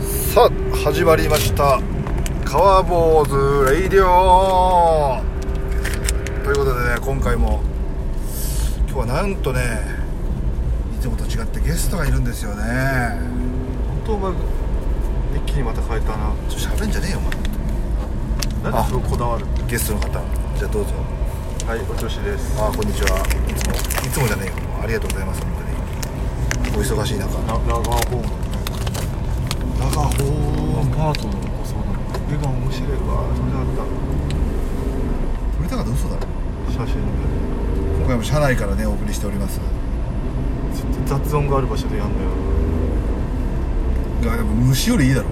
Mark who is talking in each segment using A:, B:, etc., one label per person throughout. A: さあ始まりました「カワボーズレイディオ」ということでね今回も今日はなんとねいつもと違ってゲストがいるんですよね
B: 本当お前一気にまた変えたな
A: ちょっと喋んじゃねえよ
B: なんでそここだわる
A: お前ゲストの方じゃあどうぞ
B: はいお調子です
A: あこんにちはいつもいつもじゃねえよありがとうございます本当にお忙しい中
B: ララガーホーム
A: 長
B: ア
A: ほ
B: パートのおそうなの絵が面白いわそれだっ
A: 撮りたかった嘘だろ
B: た写真で
A: 今回も車内からねお送りしております
B: ちょっと雑音がある場所でやんだよ
A: がでも虫よりいいだろ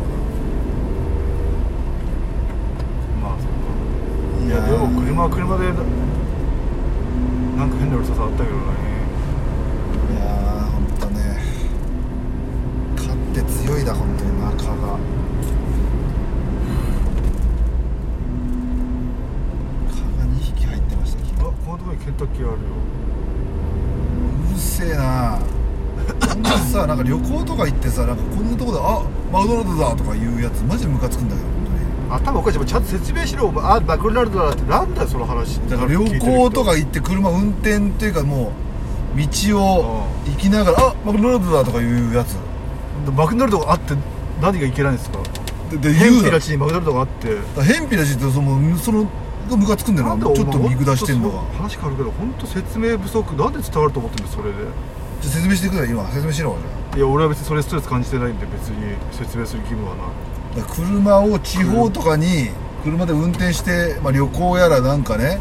B: まあそっか
A: い
B: いやでも車は車でなんか変なうるささあったけどね
A: いやー本当ね勝って強いだ本当に中が蚊が2匹入ってました昨
B: あこのとこにケンタッキーあるよ
A: 日うるせえなこんなさなんか旅行とか行ってさなんかこんなとこで「あマクドナルドだ」とかいうやつマジでムカつくんだけど本当に
B: 頭おかしいお前ちゃんと説明しろお前あマクドナルドだってなんだよその話
A: だから旅行と
B: か
A: か行って車運転っていうかもう道を行きながら「あマクドナルドだ」とかいうやつ
B: マクドナルドがあって何がいけないんですか
A: でで言
B: 変
A: う
B: な
A: な
B: 地にマクドナルドがあって
A: 偏僻だしってそのそのがムカつくんだよな
B: お前
A: ちょっと見下してんのが
B: ほんとそう話変わるけど本当説明不足なんで伝わると思ってんだよそれで
A: じゃあ説明してくれ今説明しろ
B: いや俺は別にそれストレス感じてないんで別に説明する義務はな
A: じゃあ車を地方とかに車で運転して、まあ、旅行やらなんかね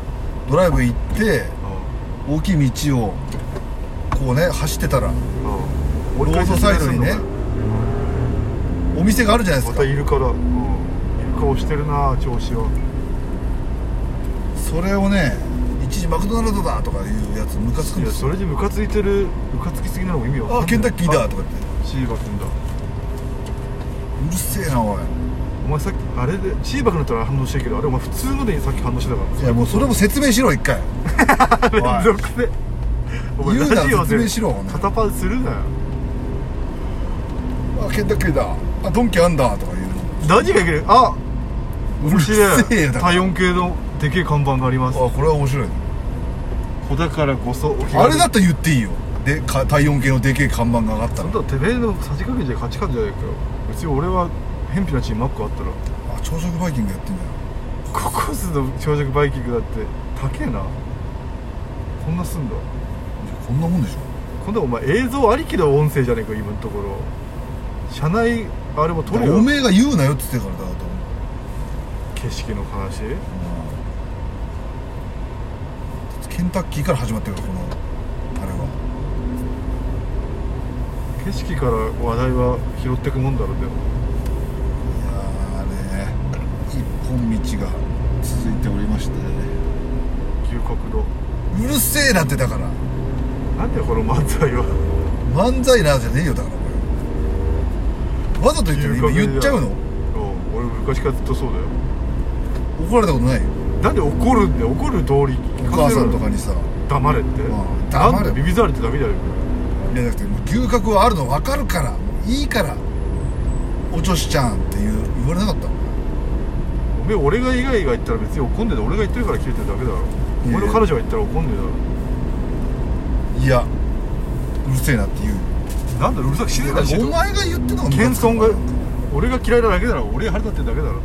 A: ドライブ行って大きい道をこうね走ってたら
B: い
A: ロードサイドにねお店があるじゃないで
B: ますた
A: か
B: いるから、うん、イルカをしてるな調子を
A: それをね一時マクドナルドだとかいうやつムカつくん
B: い
A: で
B: や
A: す
B: そ
A: よ
B: れでムカついてるムカつきすぎなのも意味わかんない
A: あケンタッキーだ
B: あ
A: とか言って
B: シーバくんだ
A: うるせえなおい
B: お前さっきあれでシーバくんだったら反応してるけどあれお前普通のでさっき反応してたから
A: いやもうそれも説明しろ一回 おい
B: 連続でお前
A: 言うな
B: ラジオで
A: 説明しろお前
B: 肩パンするなよ
A: あケンタッキーだあドンキあんだとか言うの
B: 何がいけるあ面白
A: うるせえ
B: い
A: よだから
B: 体温計のでけえ看板があります
A: あこれは面白い
B: 子だからこそお気軽に
A: あれだったら言っていいよでか体温計のでけえ看板が上がった
B: そ
A: ら
B: んなのてめえのさじ加減じゃ価値観じゃないかよ別に俺は偏僻な地にマックあったら
A: あ朝食バイキングやってんだよ
B: ココスの朝食バイキングだって高えなこんなすんだ
A: こんなもんでしょ
B: 今度お前映像ありきの音声じゃねえか今のところ車内あれも撮
A: だか
B: る
A: ら
B: よ
A: おめえが言うなよっつってからだと思う
B: 景色の話
A: ケンタッキーから始まってるからこのあれは
B: 景色から話題は拾ってくもんだろうでも
A: いやーあれ一本道が続いておりまして
B: 牛角度
A: うるせえなってだから
B: なんだよこの漫才は
A: 漫才なじゃねえよだからこれわざと言ってる今言っちゃうの
B: うん俺昔からずっとそうだよ
A: 怒られたことないよ
B: なんで怒るんだよ怒る道理
A: お
B: 聞
A: 母
B: せ
A: さ
B: ろ
A: ん
B: よ
A: とかにさ
B: 黙れって
A: うん黙れ
B: なんでビビざれてダメだよ
A: いやなくてもう牛角はあるの分かるからもういいからお女子ちゃんって言う言われなかった
B: おめえ俺が以外が言ったら別に怒んねえだ俺が言ってるから切れてるだけだろお前の彼女が言ったら怒んね
A: いやうるせえなって言う
B: えだろなんだうるさく静かにして
A: お前が言ってたのが
B: 謙遜
A: ム
B: が
A: カつくから
B: 俺が嫌いなだけだろ俺が腹立ってるだけだろ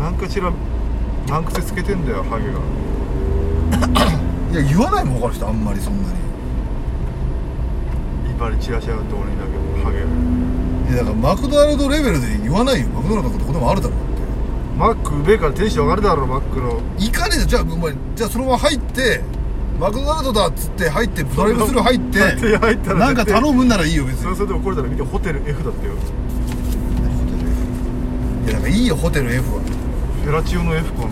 B: なんかしら何癖つけてんだよハゲが
A: いや言わないもん他の人あんまりそんなに
B: 威張り散らしやがって俺にだけハゲ
A: いやだからマクドナルドレベルで言わないよマクドナルドのとこでもあるだろうっ
B: マックうめえからテンション上がるだろマックの
A: て行かねえじゃんじゃあお前じゃあそのまま入ってマクドナルドだっつって入ってドライブスルー入っ
B: 入って入った
A: て
B: ら
A: なんか頼むんならいいよ別
B: それ
A: に
B: はそれで怒れたら見てホテル F だった
A: い
B: よ
A: やだからいいよホテル F は
B: フェラチオの F かな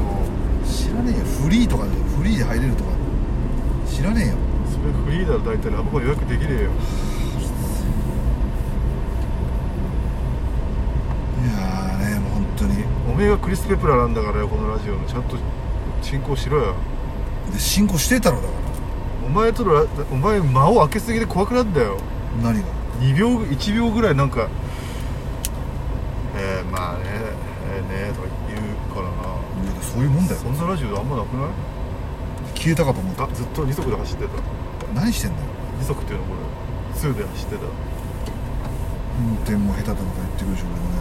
A: 知らねえよフリーとかでフリーで入れるとか知らねえよ
B: それフリーだろ大体ラブホ予約できねえよ
A: いやーねもう本当に
B: おめえがクリス・ペプラーなんだからよこのラジオのちゃんと進行しろよ
A: で進行してたろだか
B: お前とのラお前間を開けすぎで怖くなるんだよ
A: ら何が
B: 2秒1秒ぐらいなんかえーまあねええねとか言うからな
A: なんかそういうもんだよ
B: そんなラジオあんまなくない
A: 消えたかと思った
B: あずっと二足で走ってた
A: 何してんだよ
B: 二足っていうのこれツーで走ってた
A: 運転も下手だとか言ってくるでしょ俺もね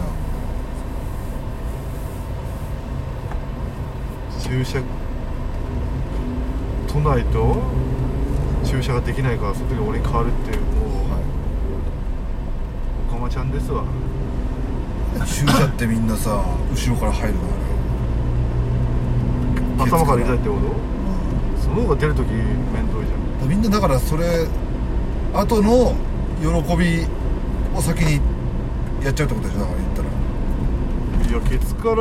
B: 駐車都内と駐車ができないからその時俺に変わるっていうもう、おかまちゃんですわ
A: 駐車ってみんなさ後ろから入るのあれ
B: 頭から入れたいってこ
A: うん
B: とその方が出る時面倒いじゃん
A: みんなだからそれ後の喜びを先にやっちゃうってことでしょだから言ったら
B: いやケツから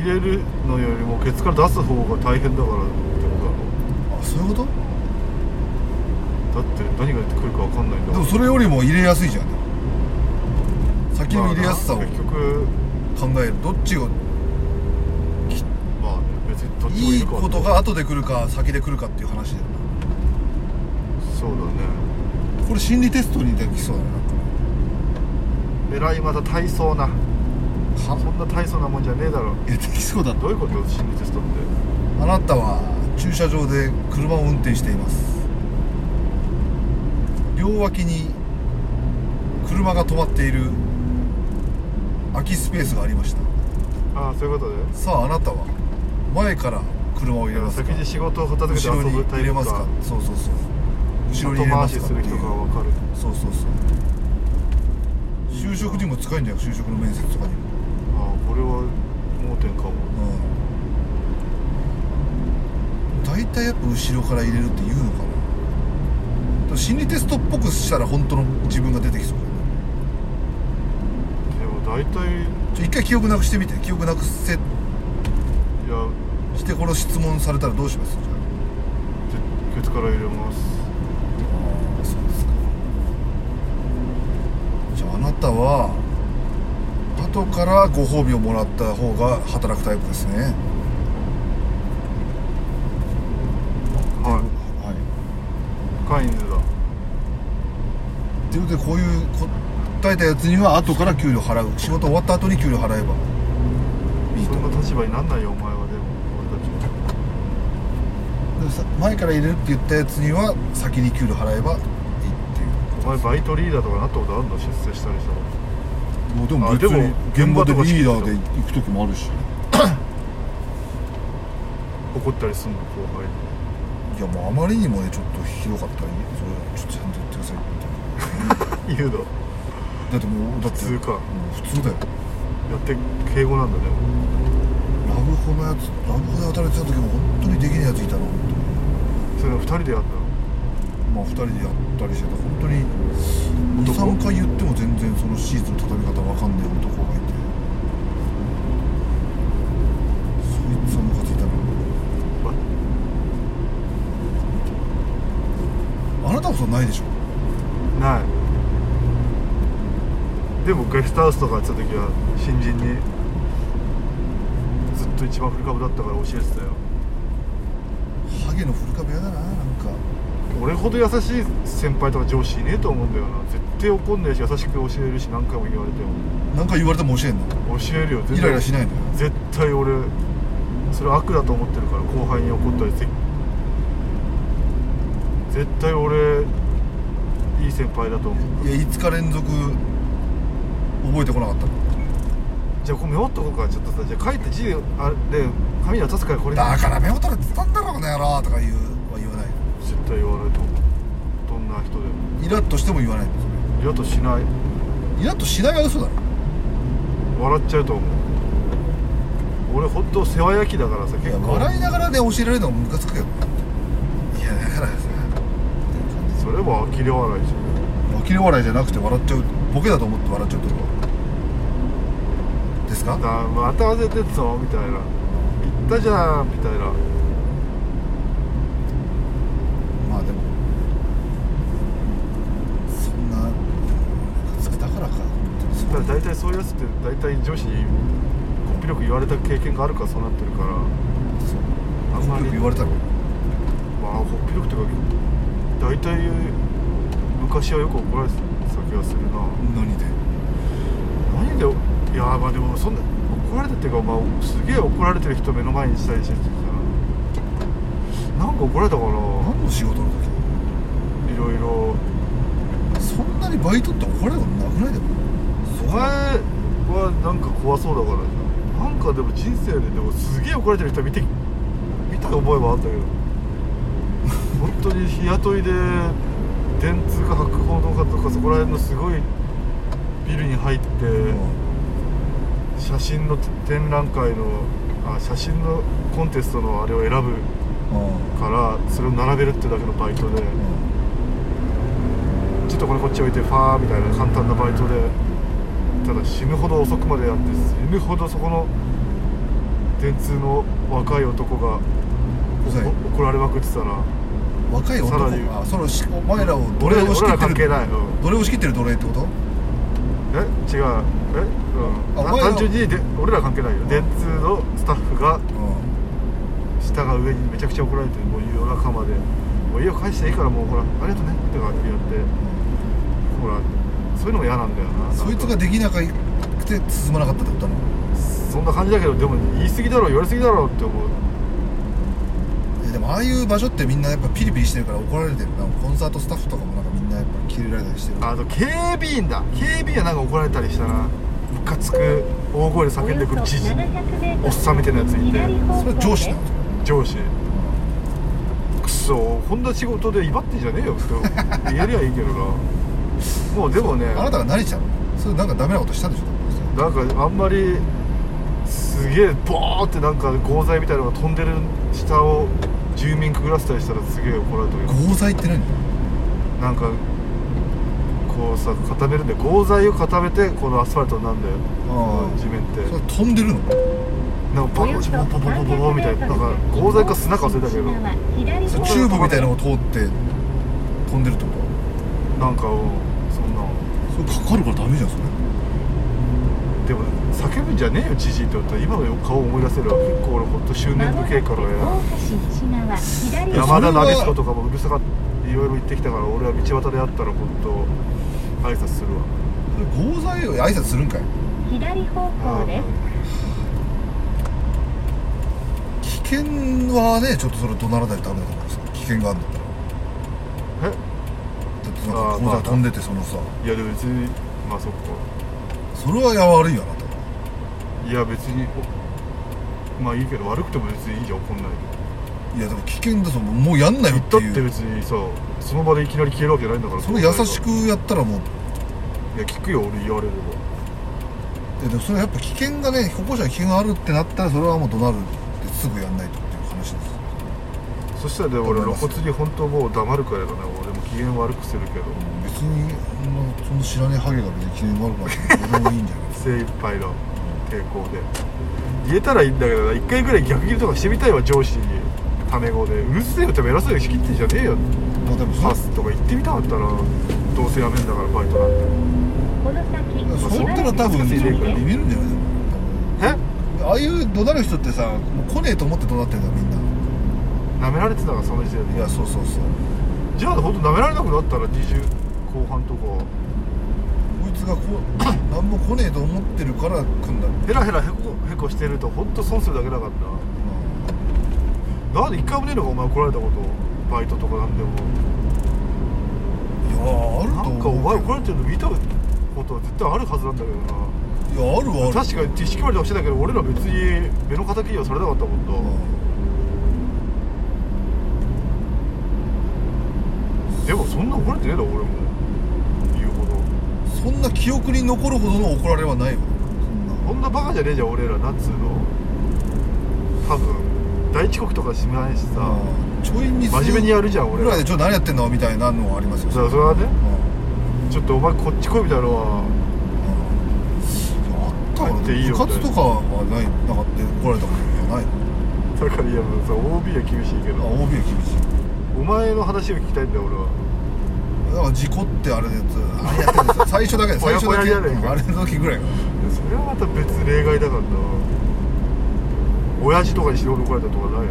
B: 入れるのよりもケツから出す方が大変だからってこと
A: あそういうこと
B: だろだって何が出てくるか分かんないんだ
A: でも
B: から
A: それよりも入れやすいじゃん先の入れやすさを
B: ま
A: 考
B: あな結局
A: えるどっちを
B: まあね別にどっちも
A: いい
B: か
A: ことが後で来るか先で来るかっていう話だよ
B: そうだね
A: なこれ心理テストにできそうだな
B: えらいまた大層なそ
A: は
B: んな大層なもんじゃねえだろ
A: いやできそうだ
B: どういうこと心理テストって
A: あなたは駐車場で車を運転しています両脇に車が止まっている空きスペースがありました
B: ああそういうことで
A: さああなたは前から車を入れますか
B: 先に仕事を片付けて
A: 後ろ
B: 遊
A: に
B: ぶタ
A: 入
B: イ
A: れ
B: プ
A: ま
B: か
A: すかそうそうそう後ろに入れ
B: 後
A: ま
B: 回
A: す
B: し
A: か
B: する人が分かる
A: そうそうそう就職にも使えるんじゃない就職の面接とかにも
B: ああこれは盲点かも
A: うん大体やっぱ後ろから入れるって言うのかなでも心理テストっぽくしたら本当の自分が出てきそうだよね
B: でも大体い
A: ちょ一回記憶なくしてみて記憶なくせ
B: や
A: してこの質問されたらどうしますじゃ
B: ケツから入れます
A: あそうですかじゃああなたは後からご褒美をもらった方が働くタイプですね
B: は
A: はい
B: いカインズだ
A: ということでこういう答えたやつには後から給料払う仕事終わった後に給料払えばいいと
B: そ
A: 思うん
B: な立場になんないよお前はでも俺たち
A: でもさ
B: は
A: 前から入れるって言ったやつには先に給料払えばいいっていう
B: お前バイトリーダーとかなったことあるの出世したりしたら
A: もうで
B: あでも
A: 現場で
B: 現場とか
A: リーダーで行く時もあるし
B: 怒ったりすんの後輩に
A: いやもうあまりにもねちょっとひどかったらそれちょっとちゃんと言ってくださいみたいな
B: 言うの
A: だってもうだって
B: 普通か
A: もう普通だよ
B: やって敬語なんだね
A: ラブホのやつラブホで働いてた時も本当にできないやついたな本当に
B: それは二人でやったの
A: まあ2人でやったりしてた本当に
B: 男
A: 23回言っても全然そのシーツの畳み方わかんねえ男がいてそいつはムカついたな
B: わ
A: あなたこそないでしょ
B: ないでもゲストハウスとかやってた時は新人にずっと一番古株だったから教えてたよ
A: ハゲの古株屋だななんか
B: 俺ほど優しい先輩とか上司いねえと思うんだよな絶対怒んないし優しく教えるし何回も言われても
A: 何回言われても教えんの
B: 教えるよ絶
A: イ
B: 対
A: ライラしないのよ
B: 絶対俺それ悪だと思ってるから後輩に怒ったりぜ絶対俺いい先輩だと思う
A: いや5日連続覚えてこなかった
B: じゃあこれメモっとこうかちょっとさじゃあ書いて字あれ紙に渡すからこれ
A: だからメモ取れてたんだろこの野郎とか言うは言わない
B: 絶対言わないと思うどんな人でも
A: イラッとしても言わない
B: 嫌としない
A: イラッとしないは嘘だろ
B: 笑っちゃうと思う俺本当世話焼きだからさ
A: い
B: 結
A: や
B: 構
A: 笑いながらね教えられるのがムカつくけどいやだからさ
B: それは呆れ笑いじ
A: 呆れ笑いじゃなくて笑っちゃうボケだと思って笑っちゃうってことです
B: ゃん
A: か
B: だまた忘れてっぞみたいな言ったじゃんみたいな
A: まあでもそんなムカつくだからか
B: だから大体そういうやつって大体女子にコンピ力言われた経験があるからそうなってるからあんま
A: よ
B: り
A: く言われたの
B: まあコンピ力というか大体昔はよく怒られてた気がするな
A: 何で
B: 何でいやああまあでもそんな怒られたっていうか、まあ、すげえ怒られてる人目の前にしたりしてたらなんか怒られたかな
A: 何の仕事の
B: いろいろ
A: 時そんなにバイトって怒られることなくないでも
B: お前はなんか怖そうだからじゃんなんかでも人生ででもすげえ怒られてる人見て見た覚えはあったけど本当に日雇いで電通か博報堂かとかそこら辺のすごいビルに入って写真の展覧会のあ写真のコンテストのあれを選ぶ
A: う
B: からそれを並べるってだけのバイト
A: んう
B: で
A: ん
B: ちょっとこれこっち置いてファーみたいな簡単なバイトでただ死ぬほど遅くまでやって死ぬほどそこの電通の若い男が、
A: はい
B: お怒られまくってたら
A: 若い男
B: さらに
A: あそのしお前らを奴
B: 俺
A: 隷
B: ら
A: を仕切っ
B: 俺ら
A: て
B: 関係
A: る
B: ない、うん
A: 奴隷を仕切ってる奴隷ってこと
B: え違うえ、うん
A: あ
B: た
A: お前ら
B: 単純にで俺ら関係ないよ電通のスタッフが
A: う
B: 下が上にめちゃくちゃ怒られてもう夜中まで「もう家を返していいからもうほらありがとうね」とかって言ってほらそういうのも嫌なんだよなん
A: そいつができなくて進まなかったってことなの
B: そんな感じだけどでも言い過ぎだろ言われ過ぎだろって思う
A: いやでもああいう場所ってみんなやっぱピリピリしてるから怒られてるなコンサートスタッフとかもなんかみんなやっぱキレられたりしてる
B: あと警備員だ警備員はなんか怒られたりしたなムカつく大声で叫んでくる知事おっさんみたいなやついて
A: それは上司なの
B: 上司くそこんな仕事で威張ってんじゃねえよっ て言えりゃいいけどなもうでもね
A: あなたが何したのそれなんかダメなことしたんでしょ
B: なんかあんまりすげえボーってなんか合材みたいなのが飛んでる下を住民くぐらせたりしたらすげえ怒られたけど
A: 合罪って何
B: なんかこうさ固めるんで合材を固めてこのアスファルトになるんだよ
A: ああ
B: 地面って
A: それ飛んでるの
B: なんかバコチボボボボボボみたいななんか合材か砂か忘れたけどなんか
A: それチューブみたいなのを通って飛んでるってこと
B: うんそんな
A: それかかるからダメじゃんそれ
B: でも叫ぶんじゃねえよじじいって言ったら今の顔を思い出せるわ結構俺ほんと執念深いからや
A: いや
B: 山田
A: それは
B: ナビスコとかもうるさかったいろいろ言ってきたから俺は道端で会ったらほんと挨拶するわ
A: それ合罪を挨拶するんかい危険はねちょっとそれ怒鳴らないとダメだと思うんですよ危険があるんだったら
B: え
A: だってなん
B: あ
A: か
B: あ
A: 口座飛んでてそのさ
B: いやでも別にまあそっか
A: それはや悪いよあなたはい
B: や別におまあいいけど悪くても別にいいじゃん怒んない
A: いやでも危険だぞもうもうやんなよ
B: 言
A: っ
B: ってたっ
A: い
B: て
A: う
B: 別にさその場でいきなり消えるわけじゃないんだから
A: それ優しく
B: い
A: やったらもう
B: や聞くよ俺言われれば
A: いやでもそれはやっぱ危険がね歩行者に危険があるってなったらそれはもう怒鳴るですぐやんないとっていう話です
B: そしたらね俺露骨に本当もう黙るからだね俺も機嫌悪くするけど
A: 別にそんなそんな知らねえハゲが別に記念があるからどうでもいいんじゃない
B: 精一杯の傾向で言えたらいいんだけどな一回ぐらい逆ギレとかしてみたいわ上司にタメ語で「うるせえよ」って偉そうに仕切ってんじゃねえよ
A: まあでもそ
B: パスとか言ってみたかったらどうせやめんだからバイトなんて
A: そそったら多分ビビるんじゃない
B: え
A: 多分ああいう怒鳴る人ってさもう来ねえと思って怒鳴ってるんだよみんな
B: なめられてたからその時点
A: い
B: で
A: やそうそうそう
B: じゃあ本当なめられなくなったら20後半とか
A: こいつがこう 何も来ねえと思ってるから来んだって
B: ヘラヘラへこへこしてると本当損するだけだからななんで一回もねえのかお前怒られたことバイトとかなんでも
A: いやあると
B: なんかお
A: 思
B: 前
A: う
B: 怒られてるの見たことは絶対あるはずなんだけどない
A: やあるはある
B: 確かに手引き割りとかしてたけど俺ら別に目の敵にはされなかったもんな、でもそんな怒られてねえだろ俺も言うほど
A: そんな記憶に残るほどの怒られはないよ
B: こんなバカじゃねえじゃん俺らなんつうの多分大遅刻とかしないしさ、
A: ちょいミス
B: 真面目にやるじゃん俺
A: ぐら
B: ら
A: いでちょっと何やってんのみたいなのはありますよ
B: そそれはね
A: うん
B: ちょっとお前こっち来いみたいなのは
A: うんいやあったかな
B: 帰っていいよ
A: 部活とかはないなかった怒られたことはない
B: だからいやもうさ OB は厳しい
A: あ
B: けど
A: OB は厳しい
B: お前の話を聞きたいんだよ俺は
A: だから事故ってあれでやつあれやってるんですよ最初だけで
B: ほ
A: 最
B: や
A: 初
B: ほや
A: だけ
B: じゃねえか
A: あれの時ぐらいか
B: いやそれはまた別例外だからな親父とかに白に怒られたとかないよ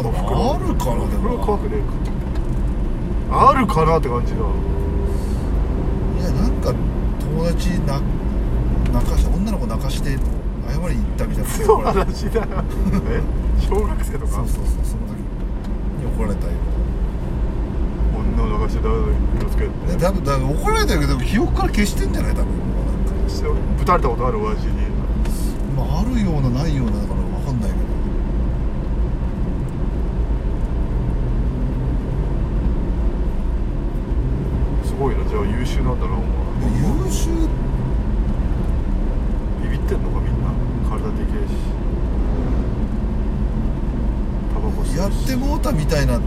A: あでもあるかなで
B: これは怖
A: も
B: くねえかあるかなって感じ
A: い
B: だ
A: やなんか友達な泣かして女の子泣かして謝りに行ったみたいな
B: クソ話だなえ小学生とか
A: そうそうそうその時に怒られたよ
B: 女を流して誰だけ気をつけって
A: いや多分だから怒られたけど記憶から消してんじゃない多分
B: ぶたれたことある親父に
A: まあ、あるようなないようなだから分かんないけど
B: すごいなじゃあ優秀なんだなお前
A: いや優秀
B: ビビってんのかみんな体でけえしタバコ吸うし
A: やってもうたみたいな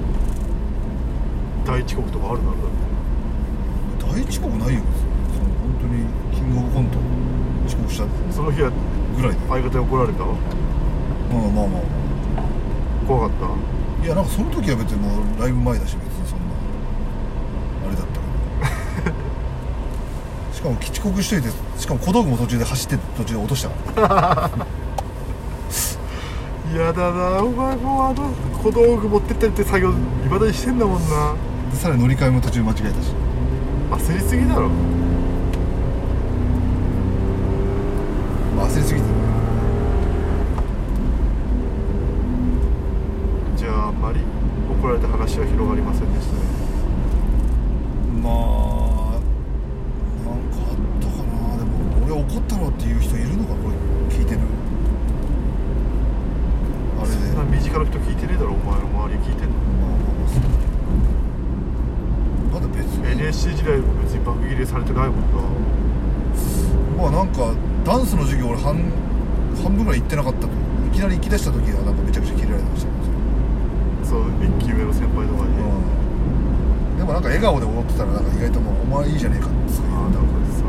B: 大遅刻とかあるなるだろ
A: 大遅刻ないよその本当にキングオブコント遅刻した
B: その日は
A: ぐらいで
B: 相方に怒られた
A: まあまあまあ
B: 怖かった
A: いやなんかその時は別にもうライブ前だし別にそんなあれだったからしかも遅刻しといてしかも小道具も途中で走って途中で落としたから
B: 嫌だなお前もうあの小道具持ってったりって作業いまだにしてんだもんな
A: でさらに乗り換えも途中間違えたし
B: 焦りすぎだろ
A: まあ焦りすぎて
B: じゃああんまり怒られた話は広がりませんでしたね
A: まあなんかあったかなでも俺怒ったろっていう人いるのかこれ聞いてるあれで
B: そんな身近な人聞いてねえだろお前の周り聞いてんの
A: まだ別に
B: NSC 時代も別に爆切れされてないもん
A: まあなんかダンスの授業俺半半分ぐらい行ってなかったといきなり行き出した時はなんかめちゃくちゃキレられてましたけど、
B: なそう一期上の先輩とかに、あ
A: うんでもなんか笑顔で踊ってたらなんか意外ともう「お前いいじゃねえか」ってすごい言
B: あ
A: われた
B: なんかさ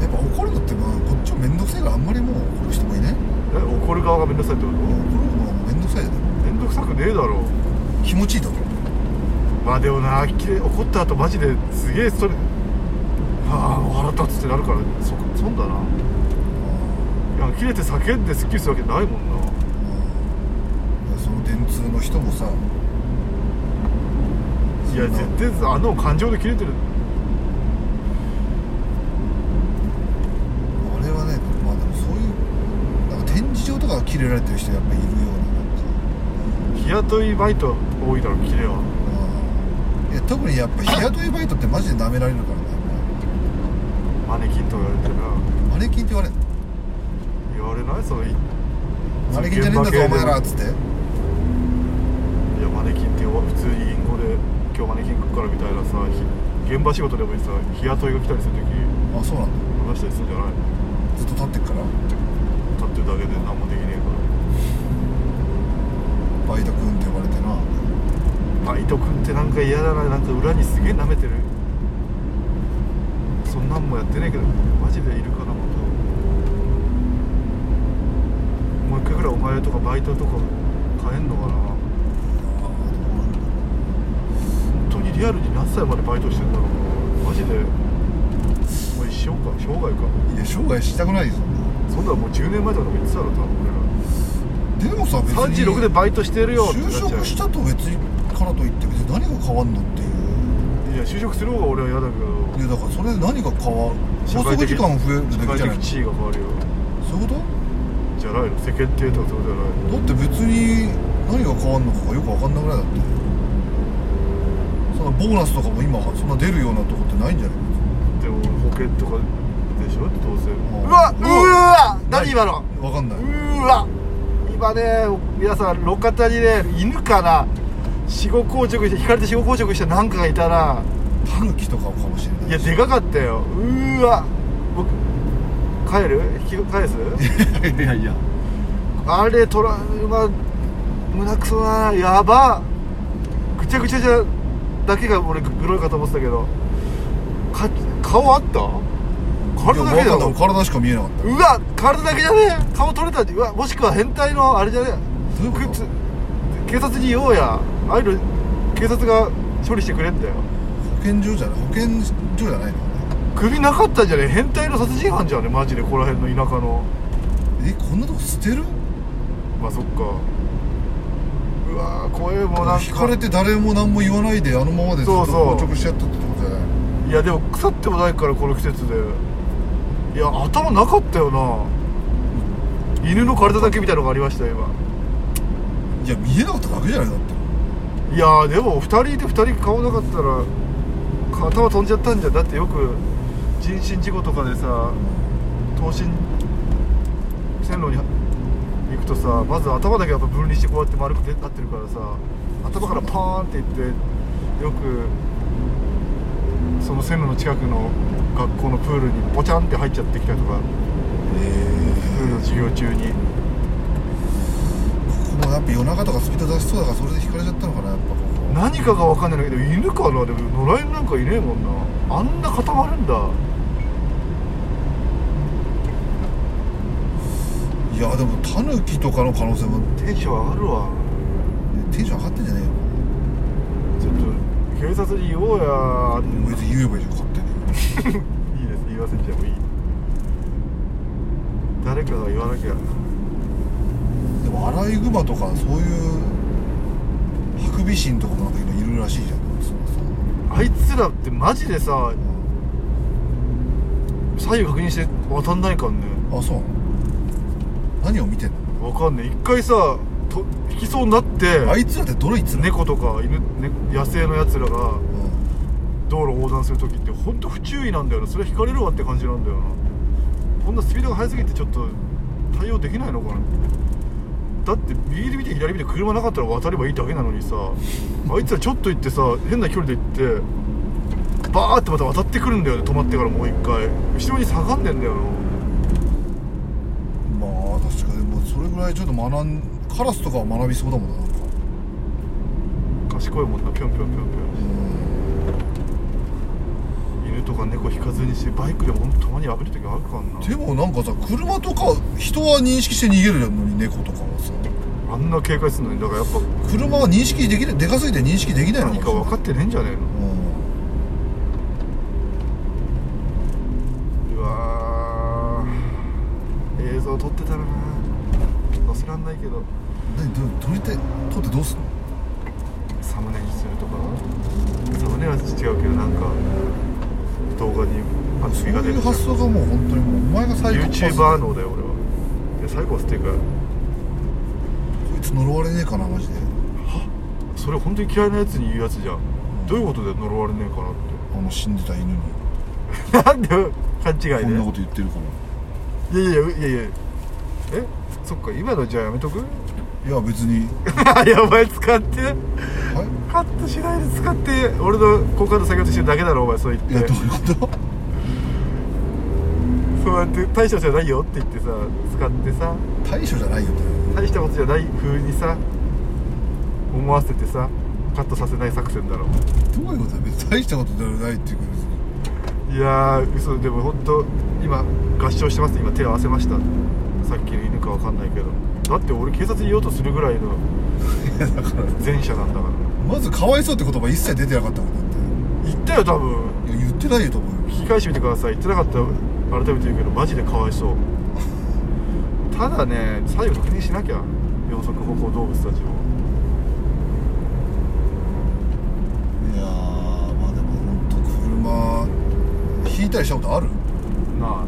A: やっぱ怒るのってまあこっちも面倒くせえからあんまりもう怒る人もいない、
B: え怒る側がめんどくさいってこと
A: 怒るのがもう面倒くさいよね
B: めんどくさくねえだろ
A: 気持ちいいと思う
B: まあでもなきれ怒った後マジですげえストレああ腹立つってなるからそ損だないや切れて叫んですっきりするわけないもんな
A: うんその電通の人もさ
B: いや
A: そんな
B: 絶対あんなの感情で切れてる
A: あれはねまあでもそういうなんか展示場とか切れられてる人やっぱいるようななんか
B: 日雇いバイト多いだろ切れは
A: うんいや特にやっぱ日雇いバイトってマジで舐められるからね
B: マネキンとか言われてな
A: マネキンって言われんの
B: 言われないそのい
A: マネキンじゃねえんだぞお前らっ
B: い
A: つって
B: やマネキンって呼ば普通に隠語で今日マネキン来っからみたいなさひ現場仕事でもいいさ日雇いが来たりする時
A: あそうなんだ
B: 話したりするんじゃない
A: ずっと立ってっから
B: 立ってるだけで何もできねえか
A: バイ
B: ら
A: ト君って呼ばれてな
B: バイト君ってなんか嫌だななんか裏にすげえ舐めてるそんなんもやってないけどマジでいるかな本当もう一回ぐらいお前とかバイトとか変えんのかな本当にリアルに何歳までバイトしてんだろうなマジでもう一生か生涯か
A: いや生涯したくないよそんな
B: そんなんもう10年前とかも言ってたろ多分
A: でもさ別
B: 俺ら
A: に
B: 36でバイトしてるよってなっ
A: 就
B: ちゃう
A: 職したと別にからといって別に何が変わんのっていう
B: いや就職する方が俺は嫌だけ
A: い
B: ど
A: やだからそれで何が変わる拘束時間増えるだ
B: 社
A: け
B: 会
A: じゃない
B: 的地位が変わるよ
A: そういうこ
B: じゃないの世間体とかそうじゃない
A: とだって別に何が変わんのかがよく分かんなくらいだってそんなボーナスとかも今そんな出るようなとこってないんじゃない
B: でも保険とかでしょどうせ
A: ん
B: うわ
A: う
B: うわ何今の
A: 分かんないう
B: わ今ね皆さん路肩にね犬かな死後硬直して引かれて死後硬直した何かがいたな
A: タヌキとかかもしれない
B: いやでかかったようわ僕帰る引き返す
A: いやいや
B: あれトラウマ胸くそだなやばぐちゃぐちゃじゃだけが俺グロいかと思ってたけどか顔あった体だけだ
A: いや
B: ろ
A: 分かんない体しか見えなかった
B: うわ体だけじゃねえ顔取れたってうわもしくは変態のあれじゃね
A: どういうこ
B: え
A: と
B: 靴警察に言おうやああいうの警察が処理してくれんだよ
A: 保健所じゃない保健所じゃないの
B: 首なかったんじゃねえ変態の殺人犯じゃねえマジでここら辺の田舎の
A: えこんなとこ捨てる
B: まあそっかうわー怖えもうなんか
A: 引かれて誰も何も言わないであのままでずっと
B: そうそう
A: 硬直しちゃったってことじゃない
B: いいやでも腐ってもないからこの季節でいや頭なかったよな犬の体だけみたいのがありましたよ今
A: いや見えなかっただけじゃないだって
B: いやーでも2人で2人顔なかったら頭飛んじゃったんじゃんだってよく人身事故とかでさ東進線路に行くとさまず頭だけやっぱ分離してこうやって丸くなってるからさ頭からパーンっていってよくその線路の近くの学校のプールにポチャンって入っちゃってきたりとかプ
A: え
B: ールの授業中に
A: ここもやっぱ夜中とかスピード出しそうだからそれで引かれちゃったのかなやっぱここ
B: 何かが分かんないんだけど犬かなでも野良犬なんかいねえもんなあんな固まるんだ
A: いやでもタヌキとかの可能性も
B: テンション上がるわ
A: テンション上がってんじゃねえよ
B: ちょっと警察に言おうや
A: 別に言えばいいじゃん勝手に
B: いいです言わせてもいい誰かが言わなきゃ
A: でもアライグマとかそういうハクビシンとかもなんか今いるらしいじゃんそうそう
B: あいつらってマジでさ左右確認して渡んないかんね
A: あそうなの何を見てんの
B: わかんねえ一回さと引きそうになって
A: あいつらってどれいつら、
B: 猫とか犬、ね、野生のやつらが
A: うん
B: 道路横断する時って本当不注意なんだよなそれ引かれるわって感じなんだよなこんなスピードが速すぎてちょっと対応できないのかなだって右で見て左見て車なかったら渡ればいいだけなのにさあいつらちょっと行ってさ変な距離で行ってバーってまた渡ってくるんだよね止まってからもう一回後ろに下がんねんだよな
A: まあ確かにもうそれぐらいちょっと学んカラスとかは学びそうだもんななんか
B: 賢いもんなぴょんぴょんぴょんぴょん犬とか猫引かずにしてバイクでもほんとたまに危る時あるからな
A: でもなんかさ車とか人は認識して逃げるのに猫とかはさ
B: あんな警戒するのにだからやっぱ
A: 車は認識できないでかすぎて認識できないの
B: 何か分か
A: っ
B: ってねえんじゃねえのうわー映像撮ってたらな載せらんないけど
A: 何どう撮りたい撮ってどうすんの
B: サムネにするとかサムネは違うけどなんか動画に厚
A: そう
B: みが出
A: い
B: る
A: う発想がもう本当にもうお前が最
B: YouTuber のだよ俺はいや最後はステーカ
A: こいつ呪われねえかなマジで
B: それ本当に嫌いなやつに言うやつじゃんどういうことで呪われねえかなっ
A: あの死んでた犬に
B: て なんで勘違
A: こ
B: い
A: んな
B: ね
A: こと言ってるか
B: いやいやいやいやえそっか今のじゃあやめとく
A: らいや別に
B: やばい使って
A: は
B: カットしないで使って俺の好感度下げようとしてるだけだろお前そう言
A: い
B: っ
A: いや
B: て
A: どういうこと
B: そうやって大したことじゃないよって言ってさ使ってさ
A: 対処じゃないよって
B: 大したことじゃない風にさ思わせてさカットさせない作戦だろ
A: どういうことだ別に大したことではないっていうか別に
B: いやー嘘でも本当今合唱してます今手合わせましたさっきの犬かわかんないけどだって俺警察に言おうとするぐらい の前者なんだから
A: まずかわいそうって言葉一切出てなかったもんだっ
B: 言ったよ多分
A: ていや言ってないよと思うよ
B: 聞き返してみてください言ってなかったら改めて言うけどマジでかわいそうただね左右確認しなきゃ四足歩行動物たちも
A: いやーまあでも本当車引いたりしたことある
B: なあ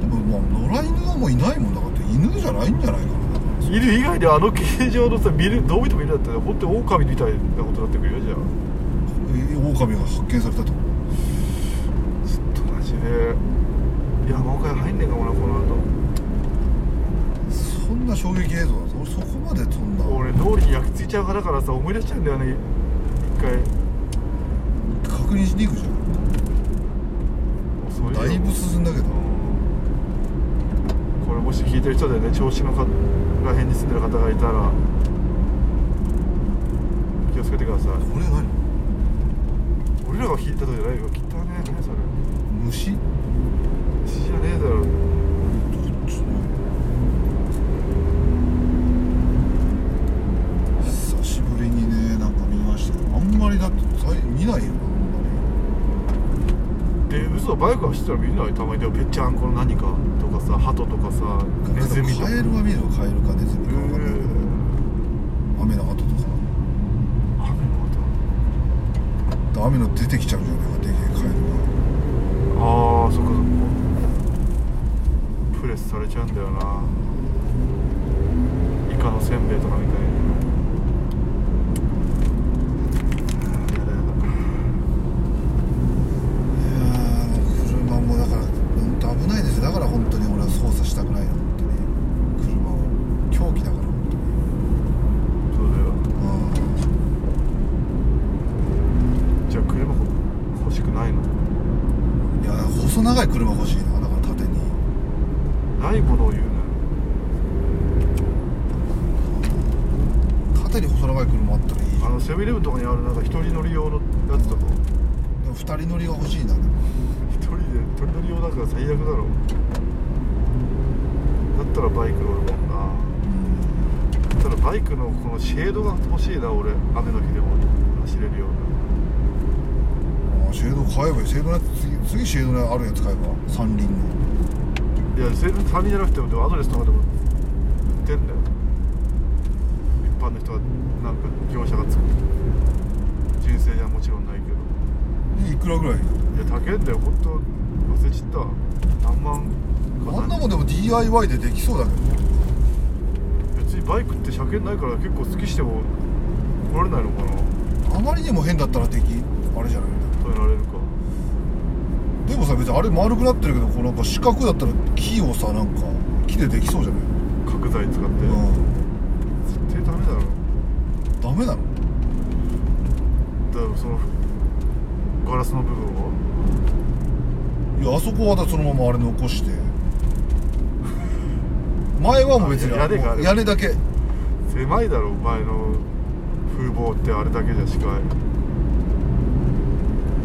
A: でもまあ野良犬はもういないもんだからって犬じゃないんじゃないかなだから
B: 犬以外であの形状のさ見るどう見ても犬だったら本当に狼みたいなことになってくるよじゃあ
A: え狼が発見されたと
B: ちょっとマジで山岡屋入んねえかもなこの
A: そんな衝撃映像だぞ俺そこまでそんな
B: 後俺脳裏に焼き付いちゃう派だからさ思い出しちゃうんだよね一回
A: 確認しに行くじゃ
B: そうん
A: だいぶ進んだけど
B: これもし聞いてる人でね調子のから辺に住んでる方がいたら気をつけてください
A: これ何
B: 俺らが引いたとこじゃないよ汚ねえねそれ
A: 虫ど
B: 血じゃねえだろ
A: っち久しぶりにねなんか見ましたけどあんまりだってさい見ないよな
B: で嘘バイク走ったら見ないたまにでもぺっちゃんこの何かとかさハトとかさ
A: あんまり
B: ネズミと
A: カ
B: か
A: エルは見るわカエルかネズミ
B: う
A: か分かんないけど
B: ー
A: 雨の後とか
B: 雨の音
A: だの網の出てきちゃうんじゃないかでけえカエル
B: ああそっかそっかプレスされちゃうんだよなイカのせんべいとかみたいにやだや
A: がいやーもう車もだから本当危ないですよだから本当に俺は操作したくないな本当に車を狂気だから本当に
B: だそうだよじゃあ車ほ欲しくないの
A: うんいや細長い車欲しいなだから縦に
B: ないものを言うね
A: 縦に細長い車あったらいい
B: あのセブンイレブンとかにあるなんか一人乗り用のやつとか
A: でも2人乗りが欲しいなでも
B: 一人で一人乗り用なんか最悪だろだったらバイク乗るもんなだったらバイクのこのシェードが欲しいな俺雨の日でも走れるような
A: あーシェード買えばいいシェードのやつ次次シェードのあるやつ買えば三輪の
B: いや全然紙じゃなくてもでもアドレスとかでも売ってんだよ一般の人はなんか業者が作る人生じゃもちろんないけど
A: えいくらぐらい
B: いや高えんだよ本当忘れちった何万
A: あんなもんでも DIY でできそうだけどね
B: 別にバイクって車検ないから結構好きしても来られないのかな
A: あまりにも変だったらできあれじゃない
B: 止められるか
A: でもさ別にあれ丸くなってるけどこうなんか四角だったら木をさなんか木でできそうじゃない、
B: 角材使って
A: うん、
B: 絶対ダメだろ
A: ダメなの
B: だからそのガラスの部分はい
A: やあそこはだそのままあれ残して前はもう別に
B: あ屋根がある
A: 屋根だけ
B: 狭いだろお前の風貌ってあれだけじゃ視界
A: あ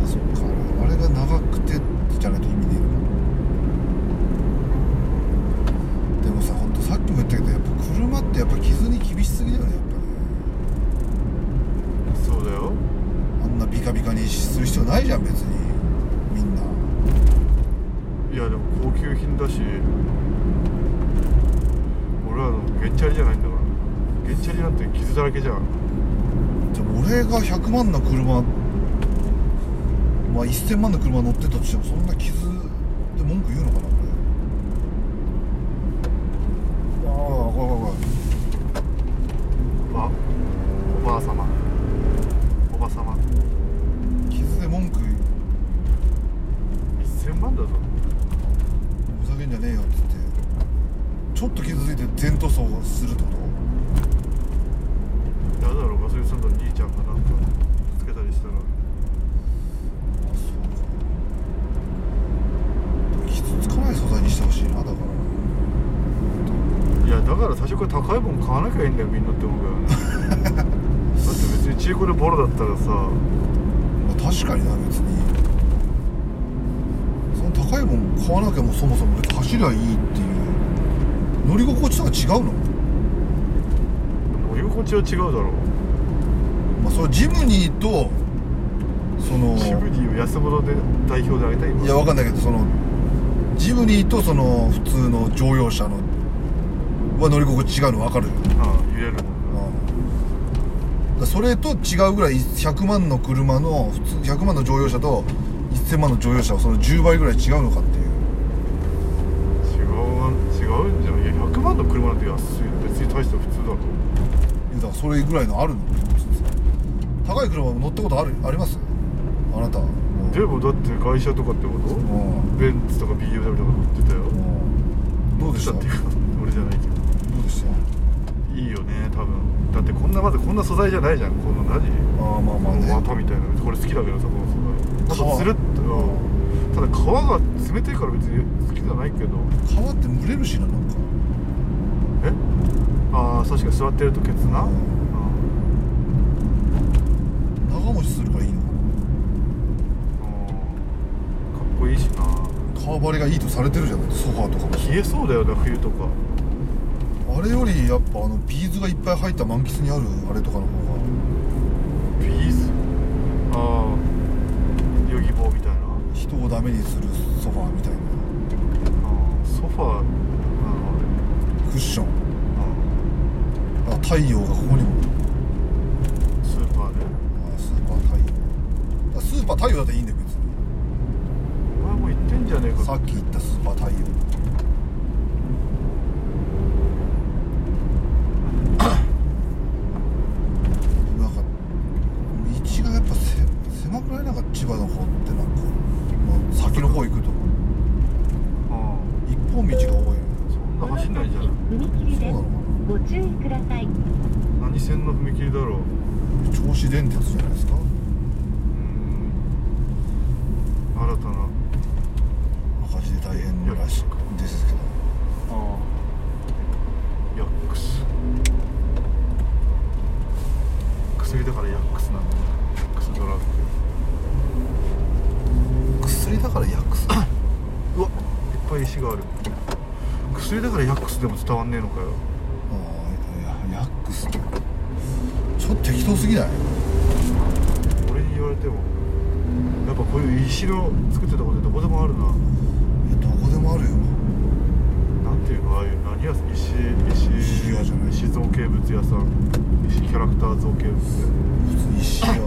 A: そっかあれが長くてじゃないと意味ねえのかでもさ本当さっきも言ったけどやっぱ車ってやっぱ傷に厳しすぎだよねやっぱね
B: そうだよ
A: あんなビカビカにする必要ないじゃん別にみんない
B: やでも高級品だし俺はのゲンチャリじゃないんだからゲンチャリなんて傷だらけじゃん
A: でも俺が100万の車まあ1000万の車乗ってたとしてもそんな傷で文句言うのかなこれああ怖い怖い怖い
B: おばおばあ様おば様
A: 傷で文句
B: 1000万だぞ
A: ふざけんじゃねえよっつってちょっと傷ついて全塗装するってこ
B: やだろガソリンスタンドの兄ちゃんがなんかつけたりしたら
A: とあそうか傷つかない素材にしてほしいなだから
B: いやだから最初から高いもん買わなきゃいいんだよみんなって思うからね だって別に中古でボロだったらさ
A: まあ確かにな別にその高いもん買わなきゃもうそもそも俺走りゃいいっていう乗り心地とか違うの
B: 乗り心地は違うだろう
A: まあそれジムニーとその
B: ジムニーを安物で代表であげたい今
A: いやわかんないけどそのジムニーとその普通の乗用車のは乗り心地違うの分かるよ、
B: ああ揺れるもん
A: だか
B: な
A: らそれと違うぐらい100万の車の普通100万の乗用車と1000万の乗用車はその10倍ぐらい違うのかっていう
B: 違うわ違うんじゃんいや100万の車なんて安いよ別に大して普通だろ
A: いやだからそれぐらいのあるの高い車乗ったことあるありますあなたもう
B: でもだって外車とかってこと
A: も
B: ベンツとか BMW とか乗ってたよ
A: うもうどうでした
B: 乗
A: どう
B: ってたっていうか俺じゃないけど
A: でした
B: いいよね多分だってこんなまずこんな素材じゃないじゃんこの何
A: ああまあまあね
B: 綿みたいなこれ好きだけどさこの素材なんか
A: 皮
B: つるっとうんただ皮が冷ていから別に好きじゃないけど
A: 皮って蒸れるしななんか
B: えああ確かに座ってるとケツな、
A: う
B: うんん、
A: 長持ちするからいいのか
B: うんかっこいいしな
A: な皮張りがいいとされてるじゃないソファーとかも
B: 冷えそうだよね冬とか
A: あれよりやっぱあのビーズがいっぱい入った満喫にあるあれとかの方が
B: ビーズああヨギボーみたいな
A: 人をダメにするソファーみたいな
B: あーソファーなの
A: クッション
B: あ
A: あ太陽がここにも
B: れあースーパーで
A: あースーパー太陽あスーパー太陽だっていいんだよ別に
B: お前もう行ってんじゃねえか
A: さっき言ったスーパー太陽なんか道がやっぱせ狭くないなんか千葉の方ってなんか、まあ先の方行くと
B: うん
A: 一本道が多い
B: そんな走んないじゃん
C: 踏切です
A: そうなの
C: ご注意ください
B: 何線の踏切だろう
A: 銚子電鉄じゃないですか
B: うん新たな
A: 赤字で大変らしいですけど
B: ああヤックス薬だからヤックスなんだヤックスドラッグ
A: 薬だから訳す
B: うわいっぱい石がある薬だからヤックスでも伝わんねえのかよ
A: ああいや訳すってちょっと適当すぎない
B: 俺に言われてもやっぱこういう石の作ってたことどこでもあるない
A: やどこでもあるよ
B: なんていうのああいう何屋さん石石
A: 石屋じゃない
B: 石造形物屋さん石キャラクター造形物
A: 普通に石やあ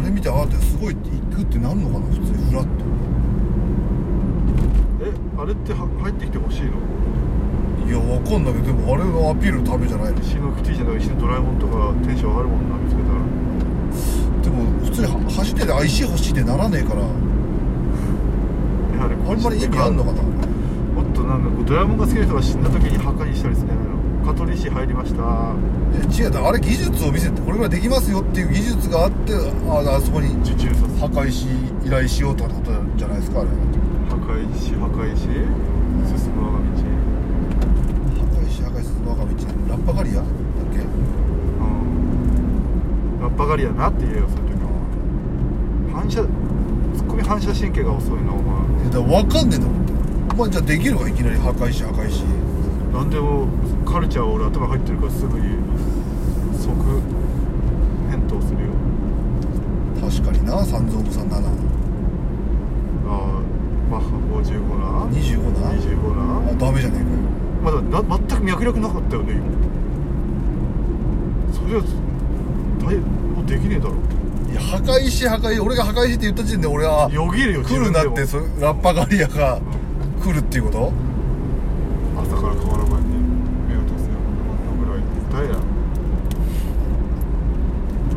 A: れ見てああってすごいって行くってなるのかな普通にフラッと
B: えあれっては入ってきてほしいの
A: いやわかんないけどでもあれのアピールのためじゃないの
B: 石の口じゃない石のドラえもんとかテンション上がるもんな見つけたら
A: でも普通には走っててあ石欲しいってならねえからあ
B: やはり
A: んまり意味あんのかな
B: もっとなんかこうドラえもんが好きな人が死んだ時に墓にしたりするんじゃないの香取市入りまし
A: い
B: た
A: や違うだからあれ技術を見せてこれぐらいできますよっていう技術があってああそこに
B: 受注させ
A: 破壊し依頼しようってことじゃないですかあれ破
B: 破壊し破壊し進む我が道
A: 壊し破壊する我が道ラッパガリアだっけ
B: うんラッパ狩りやなって言えよそういう時は反射ツッコミ反射神経が遅いなお前
A: えだから分かんねえんだもんお前じゃあできるかいきなり破壊し破壊し
B: なんでもカルチャーは俺頭入ってるからすぐに即返答するよ
A: 確かにな三蔵さんだな
B: ああマッハ55な
A: 25な
B: 25な
A: あダメじゃねえかよ
B: まだな全く脈絡なかったよね今それは大もうできねえだろ
A: いや破壊し破壊俺が破壊しって言った時点で俺は
B: よぎるよ
A: 来るな
B: 自
A: っ
B: 分で
A: て
B: も
A: そラッパガリアが来るっていうこと
B: 朝から変わらないに目を閉せようぐらい痛いない
A: や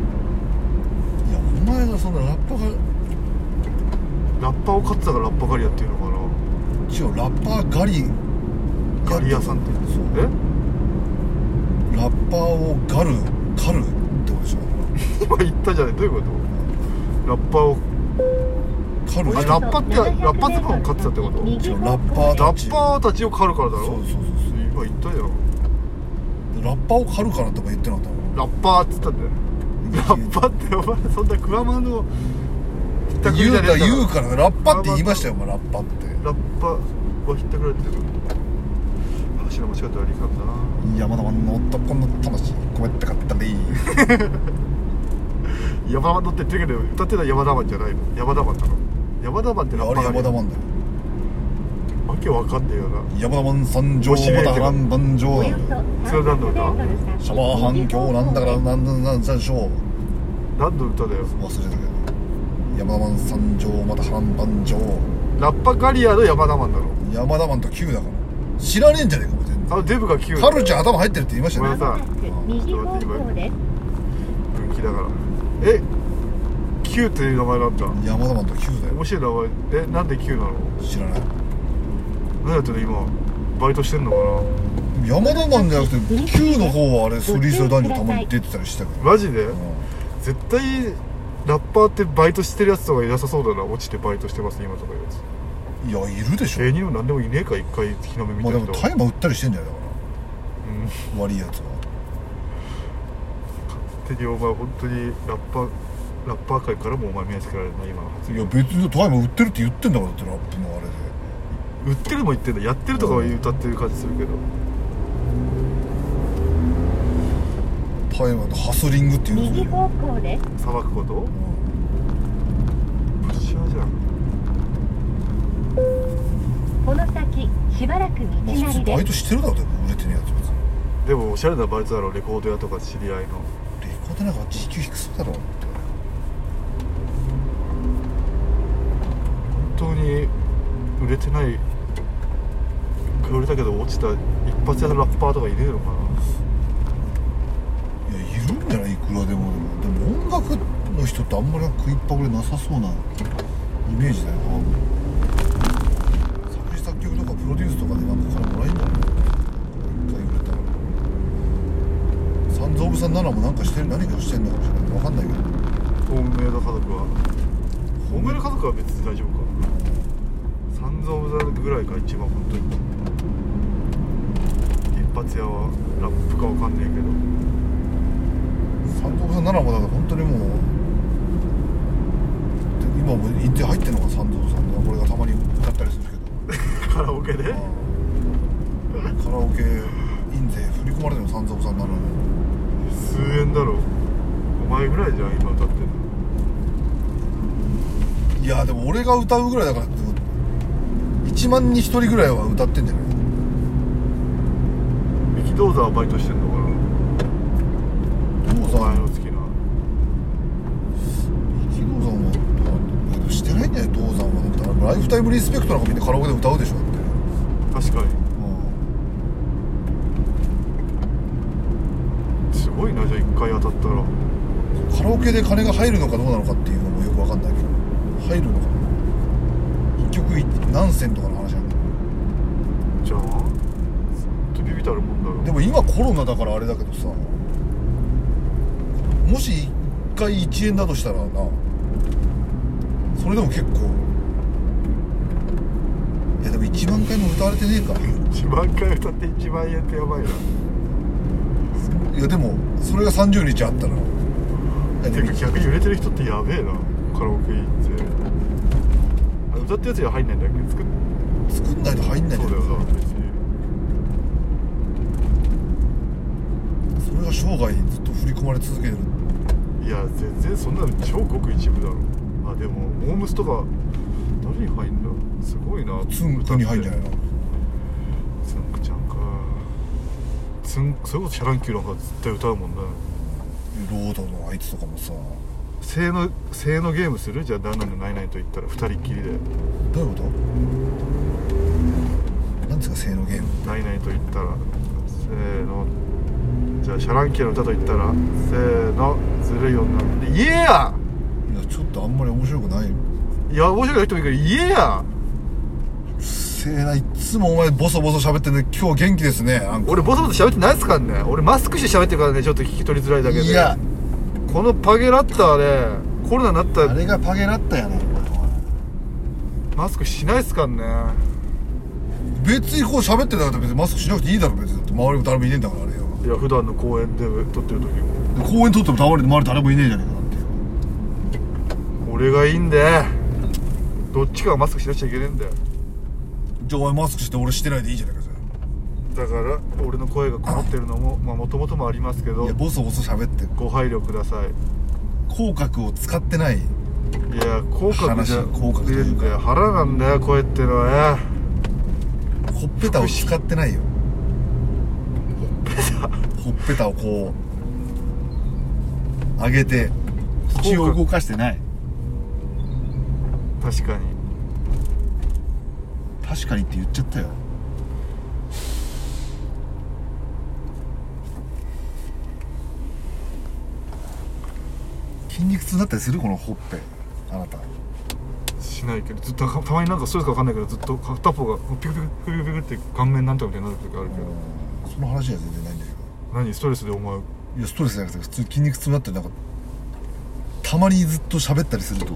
A: お前がそんなラッパが
B: ラッパを飼ってたからラッパ狩りやっていうのか
A: 違うラッパガリ
B: な狩り屋さんって
A: そう
B: え
A: ラッパーをガル狩るってことでしょ
B: 今言ったじゃないどういうことラッパを
A: 狩る
B: あラッパってラッパズボンを飼ってたってこと
C: 右方向
A: ラッ
C: へ
A: パ
B: ラッパーたちを狩るからだろ
A: そうそうそう
B: 今言ったじゃん
A: そうラッパーを狩るからとか言ってなかったの
B: ラッパーっつったんだよラッパってお前そんなクワマンのひったくり
A: 言う
B: じゃねえ
A: か
B: んだ
A: 言うからラッパって言いましたよお前ラッパって
B: ラッパはひったくられてる柱間違って悪いかんだな
A: 山田の男の魂こうやって買ったらいい
B: 山田マンって言ってるけど歌ってた山田マンじゃないの山田マンなの山田マンってラ
A: あ
B: ッ
A: れ
B: パー
A: 山田マ
B: ン
A: ンだよ
B: わけわかんねえよな
A: 山田マン三条
B: お知り
A: ま
B: 合い
A: た波乱万
C: お
A: 丈
C: よそ
B: それは何の歌
C: 300
A: シャワー反響なんだからなんなんなんなんでしょう
B: 何の歌だよ
A: 忘れたけど山田マン三条また波乱万丈
B: ラッパガリアの山田マンなの
A: 山田マンと Q だから知らねえんじゃねえかも全然
B: あのデブが9
A: カルチャー頭入ってるって言いました
B: ご
A: よ
B: めんな
A: ね
B: さ
C: 右方向です
B: 分岐だからえキューっていう名前なんだ
A: 山田マンと Q だよ
B: 面白い名前えなんでキューなの
A: 知らない
B: 何やってるの今バイトしてんのか
A: 山田マンじゃなくて Q の方はあれスリース男女たまに出てたりしてたけど
B: なマジで
A: う
B: 絶対ラッパーってバイトしてるやつとかいなさそうだな落ちてバイトしてます今とかいうやつ
A: んいやいるでしょ
B: 芸人も何でもいねえか一回日の目見
A: ま
B: た
A: あで
B: 人
A: も大麻売ったりしてんじゃないだか
B: うん
A: ら悪いやつは
B: 手にお前本当にラッパーラッパー界からもお前目つけられるな今の発
A: い
B: 言
A: や別に大麻売ってるって言ってんだからだってラップのあれで
B: 売ってるも言ってんだやってるとかは歌ってる感じするけど
A: 大麻とハスリングっていう
C: 右
A: の
C: 方向です
B: さばくこと
A: うん
B: プッシャーじゃん
C: この先しばらく道
A: まあ普
C: な
A: 通
C: り
A: バイ
C: で
A: トしてるだろでも売れてねえやつ別に
B: でもおしゃれなバイトだろレコード屋とか知り合いの
A: レコードなんか時給低そうだろって
B: てない売れたけど落ちた一発屋のラッパーとかいねえのか
A: いやいるんじゃないいくらでもでもでも音楽の人ってあんまり食いっぱぐれなさそうなイメージだよな作詞作曲とかプロデュースとかでなんかからもらえんだろうね一回売れたらサンズ・オブ・サンナナもなんかしてる何かしてんのかもしれないわかんないけど
B: な本命の家族は本命の家族は別に大丈夫かサンズ・オブ・ザ・ぐらいが一番本当に一発屋はラップかわかんねえけど
A: サンズ・オブ・サンナナもだから本当にもうで今も一定入ってんのかサンズ・オブ・サンナナこれがたまに歌ったりするけど
B: カラオケで
A: カラオケ印税振り込まれても三蔵さんになるのに
B: 数円だろお前ぐらいじゃん今歌ってんの
A: いやでも俺が歌うぐらいだからでも1万に1人ぐらいは歌ってんじゃない
B: 力道山はバイトしてんのか
A: どう
B: なお前
A: さ
B: の好きな
A: 力道山はどうなんだいやしてないんじゃない道山はだってライフタイムリスペクトなんかみんなカラオケで歌うでしょだって
B: 確
A: う
B: かにすごいなじゃあ一回当たったら
A: んカラオケで金が入るのかどうなのかっていうのもよく分かんないけど入るのかな1曲い何銭とかの話なんだ
B: じゃあほんとビビたるもんだろ
A: でも今コロナだからあれだけどさもし1回1円だとしたらなそれでも結構いやでも1万回も歌われてねえか
B: 1万回歌って1万円ってやばいない
A: やでもそれが30日あったらいやで
B: て
A: も
B: か逆に売れてる人ってやべえなカラオケ行ってあ歌ってるやつには入んないんだっけ作っ
A: 作んないと入んない
B: そうだよな別に
A: それが生涯ずっと振り込まれ続ける
B: いや全然そんなの超ごく一部だろあでもモームスとか誰に入んだすごいな
A: ツンクに入んじゃないの
B: ツンクちゃんかツンクそれこそシャランキューなんか絶対歌うもんな
A: ロードのあいつとかもさ
B: 性の性のゲームするじゃあ旦那のないないと言ったら二人っきりで
A: どういうことなんですか性のゲーム
B: ないないと言ったらせーのじゃあシャランキューの歌と言ったらせーのずるい女で言えや
A: いやちょっとあんまり面白くないよ
B: いや面白いな人もいるけど言えや
A: せえないっつもお前ボソボソ喋ってんで今日元気ですねなんか
B: 俺ボソボソ喋ってないっすからね俺マスクして喋ってるからねちょっと聞き取りづらいだけで
A: いや
B: このパゲラッタはねコロナになった
A: あ
B: ら
A: れがパゲラッタやな
B: マスクしないっすからね
A: 別にこう喋ってなかったら別にマスクしなくていいだろ別にだって周りも誰もいねえんだからあれよ
B: いや普段の公演で撮ってる時も
A: で公園撮っても倒れて周り誰もいねえじゃねえかなっていう
B: 俺がいいんでどっちかがマスクしなくちゃいけねえんだよ
A: じゃあお前マスクして俺してないでいいじゃねえかじゃあ
B: だから俺の声がこもってるのもまあもともともありますけ
A: い
B: ど
A: やボソボソ喋って
B: ご配慮ください
A: 口角を使ってない
B: いや口角じゃ
A: 話口角というか
B: いや腹なんだよ声ってのはね
A: ほっぺたを使ってないよほっぺたほっぺたをこう上げて口を動かしてない
B: 確かに
A: 確かにって言っちゃったよ筋肉痛になったりするこのほっぺあなた
B: しないけどずっとたたまになんかストレスかわかんないけどずっと片方がピクピクピクピクって顔面なんとかみたいになる時あるけど、
A: その話は全然ないんだけど
B: 何ストレスでお前
A: いやストレスじゃなくて普通に筋肉痛になってなんかたまにずっと喋ったりするとほ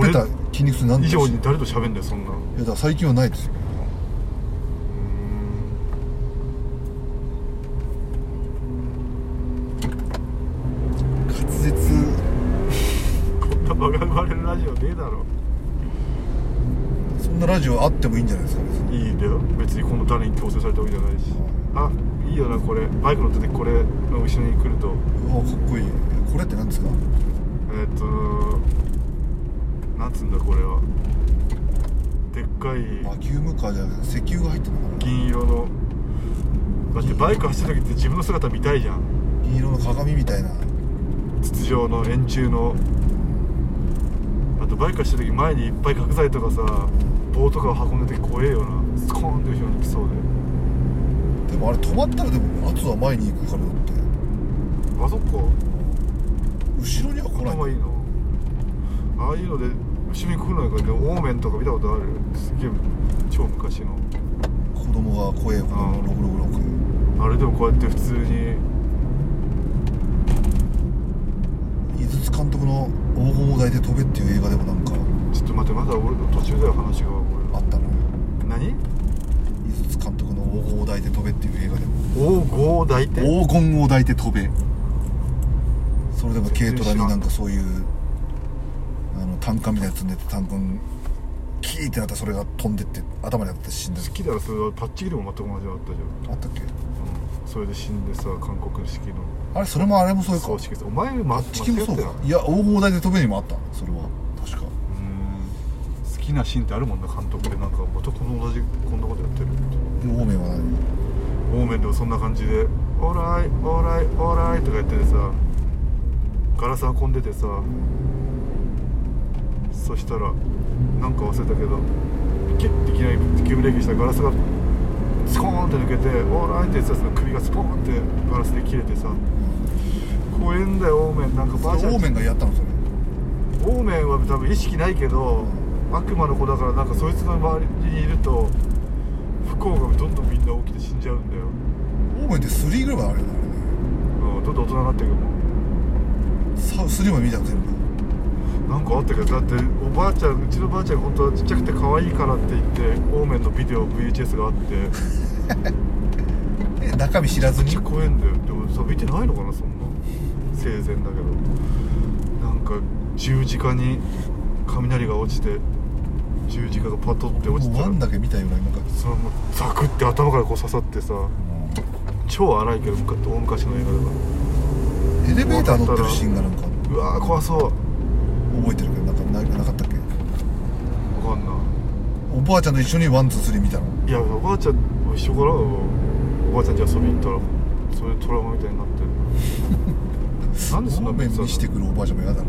A: っぺた
B: 俺
A: 筋肉痛になん
B: 以
A: でしょ
B: 上
A: い
B: に誰と喋んだよそんな
A: やだから最近はないですよ滑舌
B: こんな場が生まれるラジオねえだろ
A: そんなラジオあってもいいんじゃないですか別に
B: いいんだよ別にこの誰に強制されたわけじゃないしあいいよなこれバイク乗っててこれの後ろに来ると
A: うわかっこいいこれって何ですか
B: えーっとなんつうんだこれはでっか
A: バ
B: い
A: キュームカーじゃなくて石油が入ってるのかな
B: 銀色のだってバイク走る時って自分の姿見たいじゃん
A: 銀色の鏡みたいな
B: 筒状の円柱のあとバイク貸してる時前にいっぱい角材とかさ棒とかを運んでて怖えよなスコーンって後ろに来そうで
A: でもあれ止まったらでも圧は前に行くからだって
B: あそっか
A: 後ろには来ない
B: 頭いいなああいうので後ろに来るのかでオーメンとか見たことあるすげえ超昔の
A: 子供が怖え子供666
B: あれでもこうやって普通に
A: 井筒監督の「黄金を抱いて飛べ」っていう映画でもなんか
B: ちょっと待ってまだ俺の途中だよ話が
A: あったのよ
B: 俺何
A: 井筒監督の「黄金を抱いて飛べ」っていう映画でも
B: 黄金
A: 「
B: 大手
A: 黄金を抱いて飛べ」それでも軽トラになんかそういうあの単管みたいなやつ積んでて単管キーってなったらそれが飛んでって頭に当たって死んだ
B: 好きだらそれはパッチギでも全く同じのあったじゃ
A: あったっけ
B: ん、それで死んでさ韓国式の
A: あれそれもあれもそうか
B: 葬式さお前
A: あ
B: ま
A: っち系もそう
B: 間違
A: か
B: っ
A: いや黄金を抱いて飛べにもあったそれは確か
B: たようーん好きなシーンってあるもんな監督でなんかまたこの同じこんなことやってるって
A: でオーメンは何
B: オーメンでもそんな感じで「オーライオーライオーライ」とか言っててさガラス運んでてさそしたらなんか忘れたけどキュッていきなり急ブレーキしたらガラスがスコーンって抜けて「オーライ」って言ってたやつの首がスポーンってガラスで切れてさ怖えんだよオーメンなんか
A: それ
B: バージョン
A: オーメンがやったのそれ
B: オーメンは多分意識ないけど悪魔の子だからなんかそいつの周りにいると不幸がどんどんみんな起きて死んじゃうんだよ、
A: オーメンって3ぐらいまであるよね
B: うん、どんどん大人になっていくもん
A: さ3まで見たの全部
B: なんかあったけどだっておばあちゃんうちのばあちゃん本当はちっちゃくて可愛いからって言ってオーメンのビデオ VHS があってめ
A: え中身知らず
B: っ
A: に
B: ちゃ怖えんだよでもさ見てないのかなそんな生前だけどなんか十字架に雷が落ちて十字架がパトって落ちて
A: ワンだけ見たようななんか
B: そのもうザクって頭からこう刺さってさ超荒いけどむか大昔の映画だか
A: エレベーター乗ってるシーンがなんから
B: うわー怖そう
A: 覚えてるけどなんかななかったっけ
B: わかんない
A: おばあちゃんと一緒にワンツースリー見たの
B: いやおばあちゃんも一緒からおばあちゃんち遊びに行ったらそういうトラウマみたいになって るなんでそん
A: オ
B: な
A: ーメンにしてくるおばあちゃんも嫌だな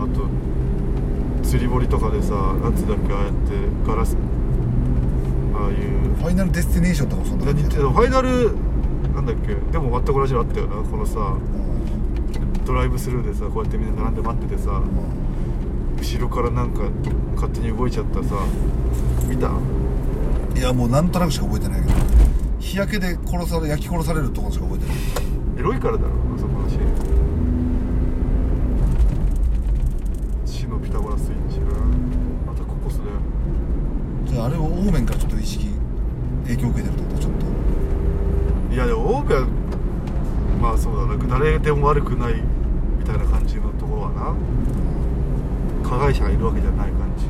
B: あと釣り堀とかでさ夏だけああやってガラスああいう
A: ファイナルデスティネーションとかもそんな
B: 何
A: 感
B: 言
A: じ
B: ってたファイナルなんだっけでも全く同じのあったよなこのさ
A: うん
B: ドライブスルーでさこうやってみんな並んで待っててさ後ろからなんか勝手に動いちゃったさ見た
A: うんいやもうなんとなくしか覚えてないけど日焼けで殺され焼き殺されるとこしか覚えてない
B: エロいからだろあそこのシーン死のピタゴラスイッチなまたココスだよ
A: じゃああれをオーメンからちょっと意識影響受けてるってことちょっと
B: いやでもオーベはまあそうだな誰でも悪くないみたいな感じのところはな加害者がいるわけじゃない感じ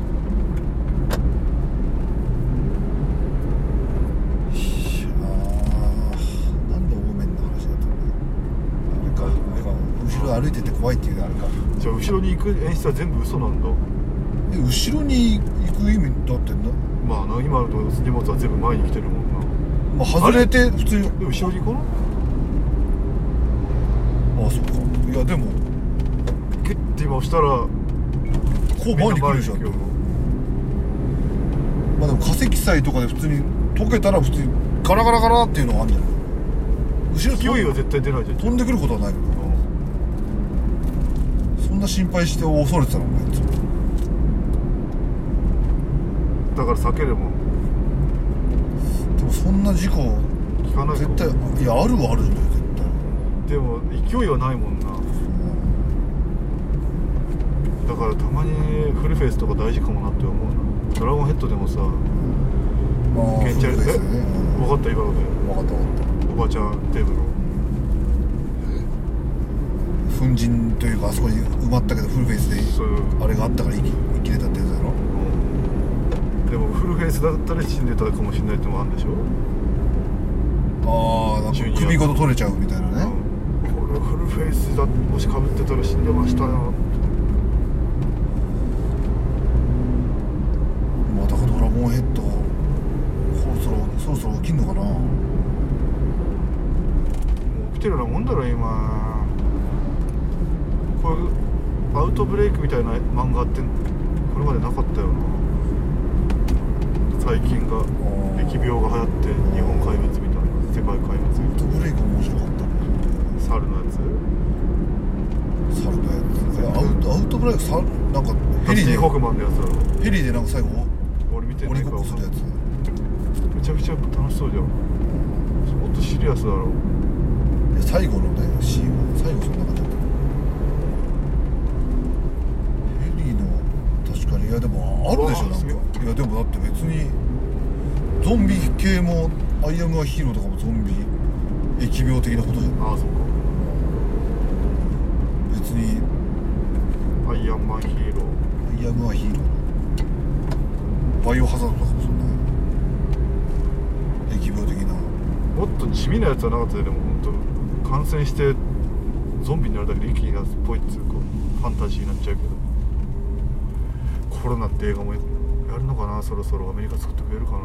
A: いやーなんでオーメンの話だったんだよあれかあれか後ろ歩いてて怖いっていうのあれか
B: じゃあ後ろに行く演出は全部嘘なんだ
A: え後ろに行く意味だってな、
B: まあな今の荷物は全部前に来てるもん
A: まあ、外れて普通に
B: なで後ろに行こう
A: ああそうかいやでも
B: ギュッて今押したら
A: こう前に来るじゃん
B: みな前に来よ
A: まあでも化石祭とかで普通に溶けたら普通にガラガラガラっていうのがあんじゃない後ろ
B: 勢いは
A: 飛
B: 絶対出ないじゃん
A: 飛んでくることはないけどそんな心配して恐れてたのお前いつも
B: だから避けるもん
A: でもそんな事故
B: 聞かないと
A: 絶対いやあるはあるんだよ絶対
B: でも勢いはないもんなだからたまにフルフェイスとか大事かもなって思うなドラゴンヘッドでもさ
A: まあ
B: ケンチャ
A: そう
B: ル
A: で
B: え
A: すね
B: 分かった今の
A: う
B: で
A: ん分かった分かった
B: おばちゃんテーブルの
A: 粉塵というかあそこに埋まったけどフルフェイスで
B: そういう、
A: あれがあったから生き生きれたってやつだろ
B: うんでもフルフェイスだったら死んでたかもしれないってもあるんでしょ、
A: ああなん
B: ジュニ
A: か
B: ア
A: 首ごと取れちゃうみたいなね
B: うん、これフルフェイスだもしかぶってたら死んでましたよ
A: またこのドラゴンヘッドそろそろそろそろ起きんのかな
B: もう起きてるようなもんだろ今こういうアウトブレイクみたいな漫画ってこれまでなかったよな最近が
A: ー
B: 疫病が流行って日本壊滅みたいな世界壊滅みた
A: ド
B: い
A: ブレイク面白かった
B: な猿のやつ
A: サルベアウトアウトブレイクサルなんかヘ
B: ダ
A: リ
B: ステ
A: で
B: ィン・ホークマンのやつだろ
A: ヘリでなんか最後
B: 俺見てな
A: 鬼
B: い
A: ご
B: か
A: っ
B: ら
A: こするやつ
B: めちゃくちゃ楽しそうじゃんもっとシリアスだろ
A: いや最後のねシーンは最後そんな感じだったヘリの確かにいやでもあるでしょ
B: あ
A: なん
B: そう
A: かいやでもだって別にゾンビ系もアイアムアヒーローとかもゾンビ疫病的なことじゃん
B: ああそっ
A: 別に
B: かアイアンマンヒーロー
A: アイアムアヒーローバイオハザードとかもそんな疫病的な
B: もっと地味なやつはなかったよでも本当感染してゾンビになるだけで一気になっぽいっつうかファンタジーになっちゃうけどコロナって映画もやるのかなそろそろアメリカ作ってくれるかな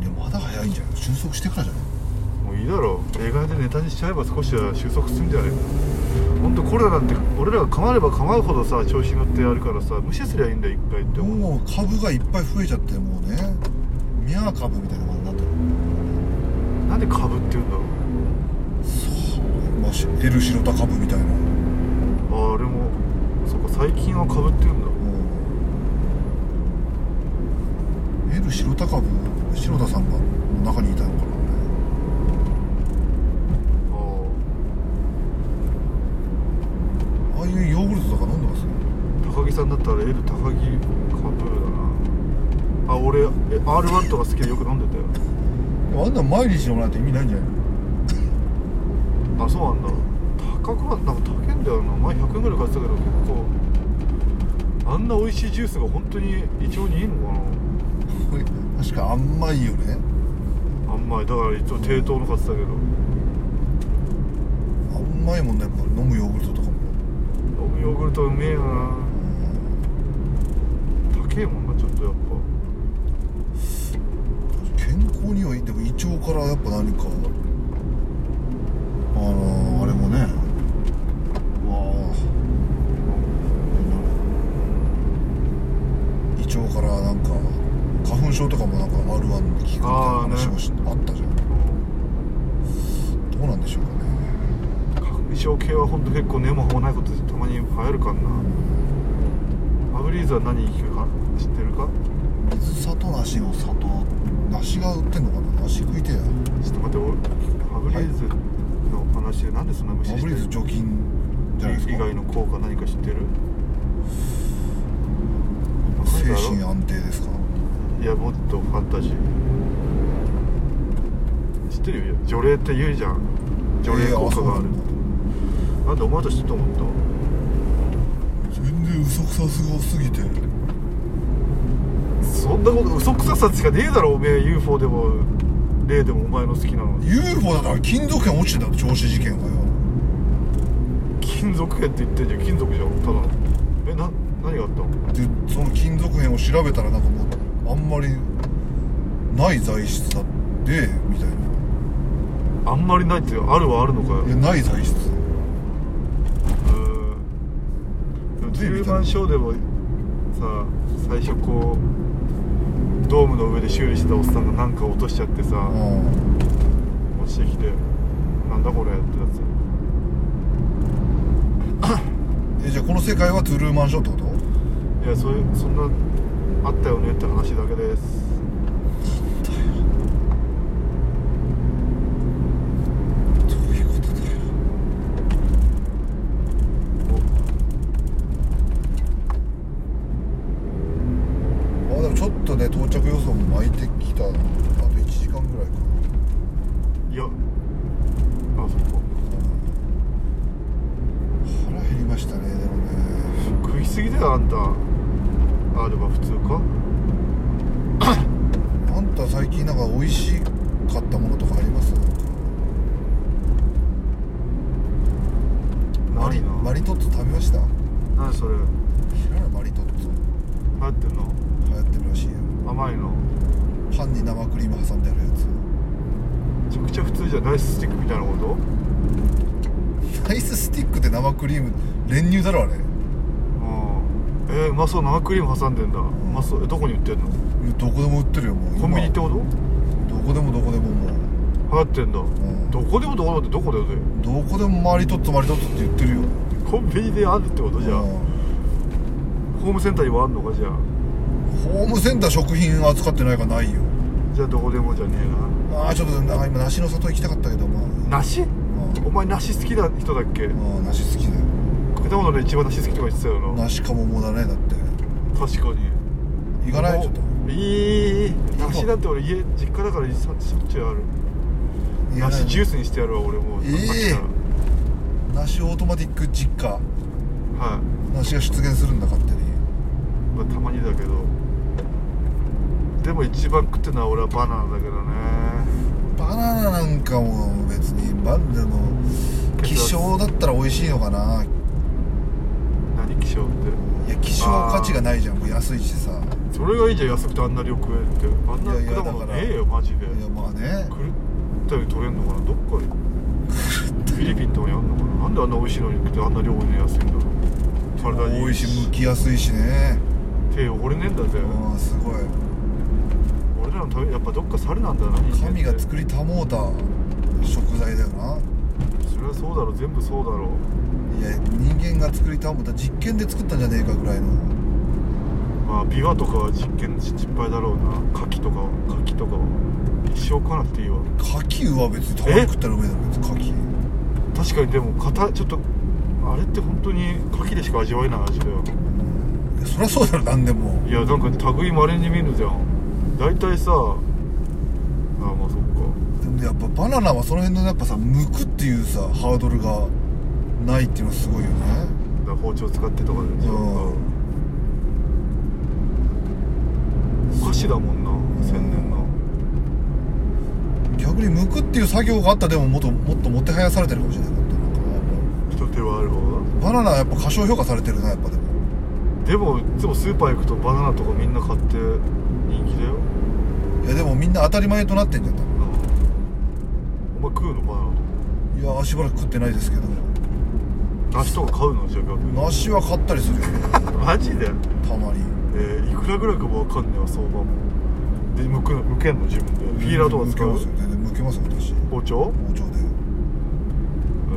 B: い
A: やまだ早いんじゃない収束してからじゃない
B: もういいだろ映画でネタにしちゃえば少しは収束するんじゃないか本当コロナって俺らが構えれば構うほどさ調子に乗ってやるからさ無視すりゃいいんだよ一回って思う
A: もう株がいっぱい増えちゃってもうねミャー株みたいな感じになってる
B: なんで株って言うんだろう
A: まあし、エルシロタ株みたいなも
B: ああれもそっか最近は株って言うんだ
A: うエルシロタ株白田さんが中にいたのかな
B: ああ
A: ああいうヨーグルトとか飲んでます
B: 高木さんだったら L 高木株だなあ俺え R1 とか好きでよく飲んでたよ
A: あんなん毎日飲まないと意味ないんじゃないの
B: あそうなんだ高くはなんか高いんだよな前100円ぐらい買ってたけど結構あんな美味しいジュースが本当に胃腸にいいのか
A: 確か甘いよね
B: なあんまりだから一応低糖の買ってたけど
A: 甘いもんねやっぱ飲むヨーグルトとかも
B: 飲むヨーグルトうめえよな
A: うん
B: 高えもんなちょっとやっ
A: 健康にはいいでも胃腸からやっぱ何かあのー、あれもねうわあ胃腸からなんか花粉症とかもなんか R1 の効くみたいな
B: あーね
A: 話もしあったじゃん
B: ぱ
A: どうなんでしょうかね
B: 花粉症系は本当結構根も葉もないことでたまに流行るかんなファブリーズは何に効くか知ってるか
A: 水里梨の里梨が売ってんのかな梨食いてえや
B: ちょっと待って俺ファブリーズの話でなんでそんな無視
A: マ
B: して
A: ブリ
B: る
A: ーズ除菌じゃないですか
B: 以外の効果何か知ってる
A: 精神安定ですか
B: いやもっとファンタジー知ってるよ除霊って言うじゃん除霊効果がある、
A: えーそうなんだ
B: なんでお前たち知ってたと思っ
A: 全然嘘くさすごすぎて
B: たそんなこと嘘くささしかねえだろおめえ UFO でも霊でもお前の好きなの
A: UFO だから金属片落ちてた調子事件がよ
B: 金属片って言ってんじゃん金属じゃんただのえな何があったの
A: でその金属片を調べたらなんかもうあんまりない材質だってみたいな
B: あんまりないってあるはあるのかよ
A: いやない材質
B: うんでも10万章でもさ最初こうドームの上で修理してたおっさんがなんか落としちゃってさ
A: うん
B: 落ちてきてなんだこれってやつ
A: えじゃあこの世界はトゥルーマンションってこと
B: いやそういうそんなあったよねって話だけです
A: どういうことだよあでもちょっとね到着予想も巻いてきたあと1時間ぐらいか
B: いやあそっか
A: 腹減りましたねでもね
B: 食いすぎだよあんたあでも普通か
A: あんた最近なんか美味しかったものとかありますなんかマ
B: な
A: リ
B: いな
A: マリトッツォ食べました
B: 何それ
A: 知らないマリトッツォ
B: 流行ってんの
A: 流行ってるらしいよ
B: 甘いの
A: パンに生クリーム挟んであるやつ
B: めちゃくちゃ普通じゃんライススティックみたいなこと
A: ライススティックで生クリーム練乳だろあれ
B: えー、うまそう生クリーム挟んでんだうまそうえどこに売ってんの
A: どこでも売ってるよもう今
B: コンビニってこと
A: どこでもどこでももう、
B: 流行ってんだ
A: うん
B: どこでもどこでもってどこだよね
A: どこでもマリトッツォマリトッツォって言ってるよ
B: コンビニであるってことじゃあ
A: うん
B: ホームセンターにはあんのかじゃあ
A: ホームセンター食品扱ってないからないよ
B: じゃあどこでもじゃね
A: ああちょっとなんか今梨の里行きたかったけどま
B: えな梨
A: あ
B: お前梨好きな人だっけ
A: まあ、まあ、梨好きだよ
B: 果物で一番梨好きとか言ってたよな
A: 梨かももだねだって
B: 確かに
A: 行かないちょっと
B: いい梨なんて俺家実家だからしょしょっちゅうある
A: 行かない
B: 梨ジュースにしてやるわ俺も
A: ええ
B: 飽きたら
A: 梨オートマティック実家
B: はい、
A: 梨が出現するんだ勝手に
B: まあ、たまにだけどでも一番食ってるのは俺はバナナだけどね
A: バナナなんかも別にバンでも希少だったら美味しいのかな
B: 何希少って
A: いや希少価値がないじゃんもう安いしさい
B: それがいいじゃん安くてあんな量食えるってあんない
A: やいや
B: 果物
A: だから
B: ねえよマジで
A: やまあね
B: 狂ったより取れんのかなどっか でフィリピンとかにあんのかななんであんな美味しいのに食ってあんな量ね安いんだろう体に
A: 美味しい剥きやすいしね
B: 手汚れねえんだぜ
A: うんすごい
B: 俺らのためやっぱどっか猿なんだな人間って
A: 神が作りたもうた食材だよな
B: それはそうだろう全部そうだろう
A: いや人間が作りたもうた実験で作ったんじゃねえかぐらいの
B: まあビワとかは実験失敗だろうな牡蠣とかは牡蠣とかは一生食わなくていいわ
A: 牡蠣は別にたまに食ったらうめえだろ別に牡
B: 確かにでも硬いちょっとあれって本当に牡蠣でしか味わえない味だよ
A: 蠣いやそりゃそうだろ何でも
B: いやなんか類まれに見るじゃん大体さあまあそっか
A: でもやっぱバナナはその辺のやっぱさ剥くっていうさハードルがないっていうのはすごいよね
B: だから包丁使ってとかで
A: う
B: しょ
A: ん
B: お菓子だもんな千年の
A: 逆に剥くっていう作業があったらでももっともっともてはやされてるかもしれないなんか
B: 一手はあるわ
A: バナナはやっぱ過小評価されてるなやっぱでも
B: でもいつもスーパー行くとバナナとかみんな買って人気だよ
A: いやでもみんな当たり前となってんじゃん多分
B: なあお前食うのバナナとか
A: いやしばらく食ってないですけど
B: 梨とか買うのじゃあ逆に
A: 梨は買ったりするよ
B: マジで
A: たまに
B: えー、いくらぐらいかもわかんねえわ相場もでむくむけんの自分でピーラーとか使
A: 剥けますよ
B: う
A: 全然剥けますよ私
B: 包丁
A: 包丁で
B: う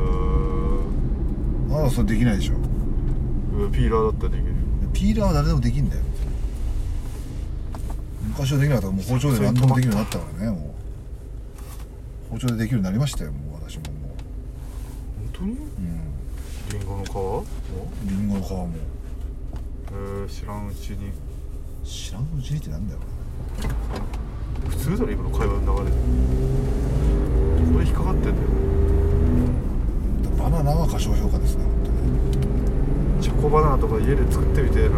B: ー
A: まだそれできないでしょ
B: んピーラーだったらできる
A: ピーラーは誰でもできんだよ昔はできなかったからもう包丁で何でもできるようになったからねもう包丁でできるようになりましたよもう私もも
B: 本当に
A: ううん
B: リンゴの皮も
A: リンゴの皮も
B: えー、知らんうちに
A: 知らんうちにってなんだよ
B: 普通だろ今の会話の流れでこれ引っかかってんだよ
A: バナナは過小評価ですね本当に
B: チョコバナナとか家で作ってみてえな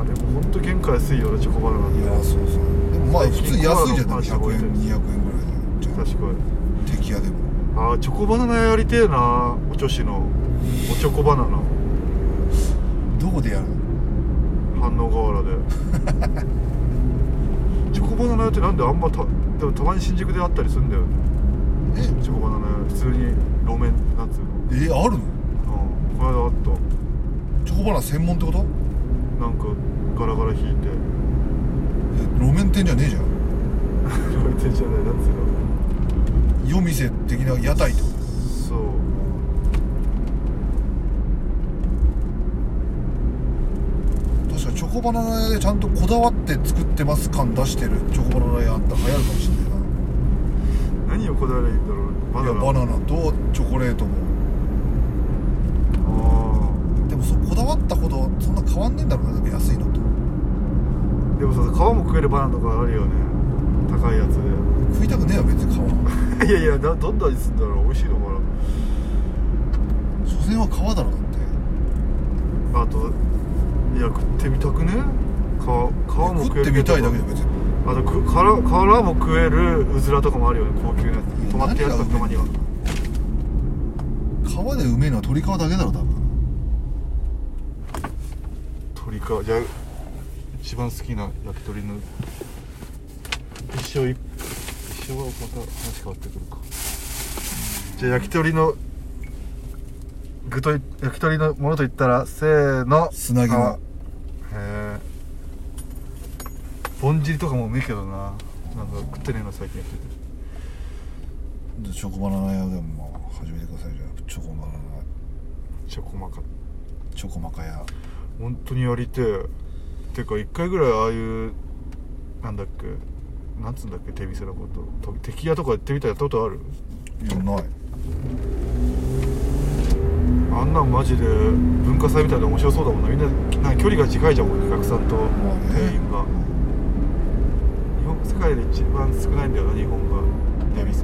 B: あれも本当原価安いよねチョコバナナ
A: いや
B: っ
A: ー
B: て
A: そうそうでもまあ
B: 最
A: 普通
B: 近
A: 安いじゃんで
B: コア
A: も
B: の
A: 100円200円ぐらいで
B: 確かに
A: じゃん敵屋でも
B: あーチョコバナナやりてえなお女子のおチョコバナナ
A: どこでやるの
B: 反応河原で チョコバナナ屋ってなんであんまたでもたまに新宿であったりするんだよね
A: え
B: チョコバナナ屋普通に路面なんつうの、うん、
A: えー、あるの
B: この間あった
A: チョコバナナ専門ってこと
B: なんかガラガラ引いて
A: え路面店じゃねえじゃん
B: 路面店じゃないなんつうの
A: 夜店的な屋台ってこと
B: そう
A: 確かにチョコバナナ屋でちゃんとこだわって作ってます感出してるチョコバナナ屋あったら流行るかもしれない
B: 何をこだわりゃいいんだろうバ
A: ない
B: ナナ
A: やバナナとチョコレートも
B: あ
A: でもそこだわったほどそんな変わんねえんだろうなでも安いのと
B: ーでもさ皮も食えるバナナとかあるよね高いやつ
A: 食いたくねえよ別に皮
B: でいやいやなどんな味するんだろう美味しいのかな
A: 所詮は皮だろだって
B: あといや食ってみたくね皮皮も食
A: 食
B: える
A: って
B: け
A: み
B: ど
A: たいだけじゃ別に
B: あとく殻殻も食えるうずらとかもあるよね高級なやつ泊まってるやつとかたまには
A: 皮でうめえのは鶏皮だけだろ多分
B: 鶏かじゃあ一番好きな焼き鳥の一生い一生はまた話変わってくるかじゃあ焼き鳥の具とい焼き鳥のものといったらせーの
A: 砂肝
B: あぼんじりとかもうめえけどななんか食ってねえな最近
A: でチョコバナナ屋でもまあ始めてくださいじゃあチョコバナナ
B: めっちゃ細かった
A: チョコマカ屋
B: 本当にやりてえてか一回ぐらいああいうなんだっけなんつうんだっけ手店のことと敵屋とか行ってみたいやったことある
A: いやない
B: あんなんマジで文化祭みたいで面白そうだもんなみんななんか距離が近いじゃんお客さんと
A: まあね
B: 店員が、日本世界で一番少ないんだよな日本が
A: 手店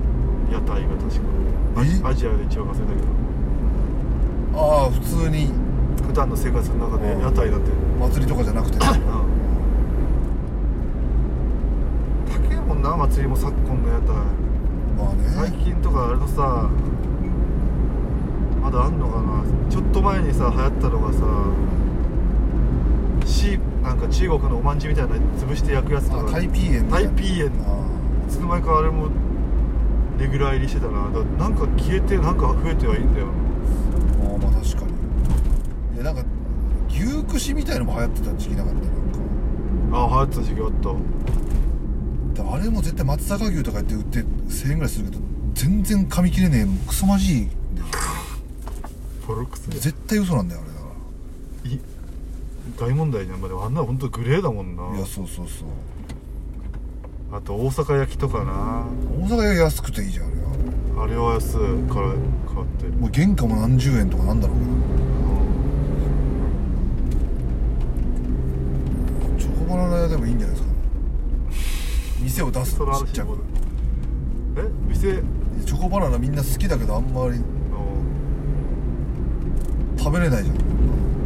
B: 屋台が確
A: え
B: かアアジアで一番稼いだけ
A: ああ普通に
B: ど普段の生活の中で屋台だって
A: 祭りとかじゃなくて
B: うん高えもんな祭りも昨今の屋台
A: まあ
B: 最
A: ね
B: 近とかあれのさまだあんのかなちょっと前にさ流行ったのがさシーなんか中国のおまんじゅうみたいなの潰して焼くやつと
A: あ
B: か
A: タイピーエン
B: タイピーエン
A: あ
B: いつの間にかあれもレギュラー入りしてたなだなんか消えてなんか増えてはいいんだよ
A: あああまあ確かにでなんか牛串みたいのも流行ってた時期なかったなんか
B: あ流行ってた時期あった
A: であれも絶対松阪牛とかやって売って1000円ぐらいするけど全然噛み切れねえもうクソまじいんだよ
B: ボロクソ
A: 絶対嘘なんだよあれだか
B: い大問題じゃん、まあ、でもあんなの本当グレーだもんな
A: らいやそうそうそう
B: あと大阪焼きとかな
A: 大阪屋安くていいじゃんあれは
B: あれは安いから変わってる
A: もう原価も何十円とかなんだろうけどチョコバナナ屋でもいいんじゃないですか店を出すち
B: その
A: っ
B: 話
A: ちゃく
B: え店
A: チョコバナナみんな好きだけどあんまり
B: の
A: 食べれないじゃん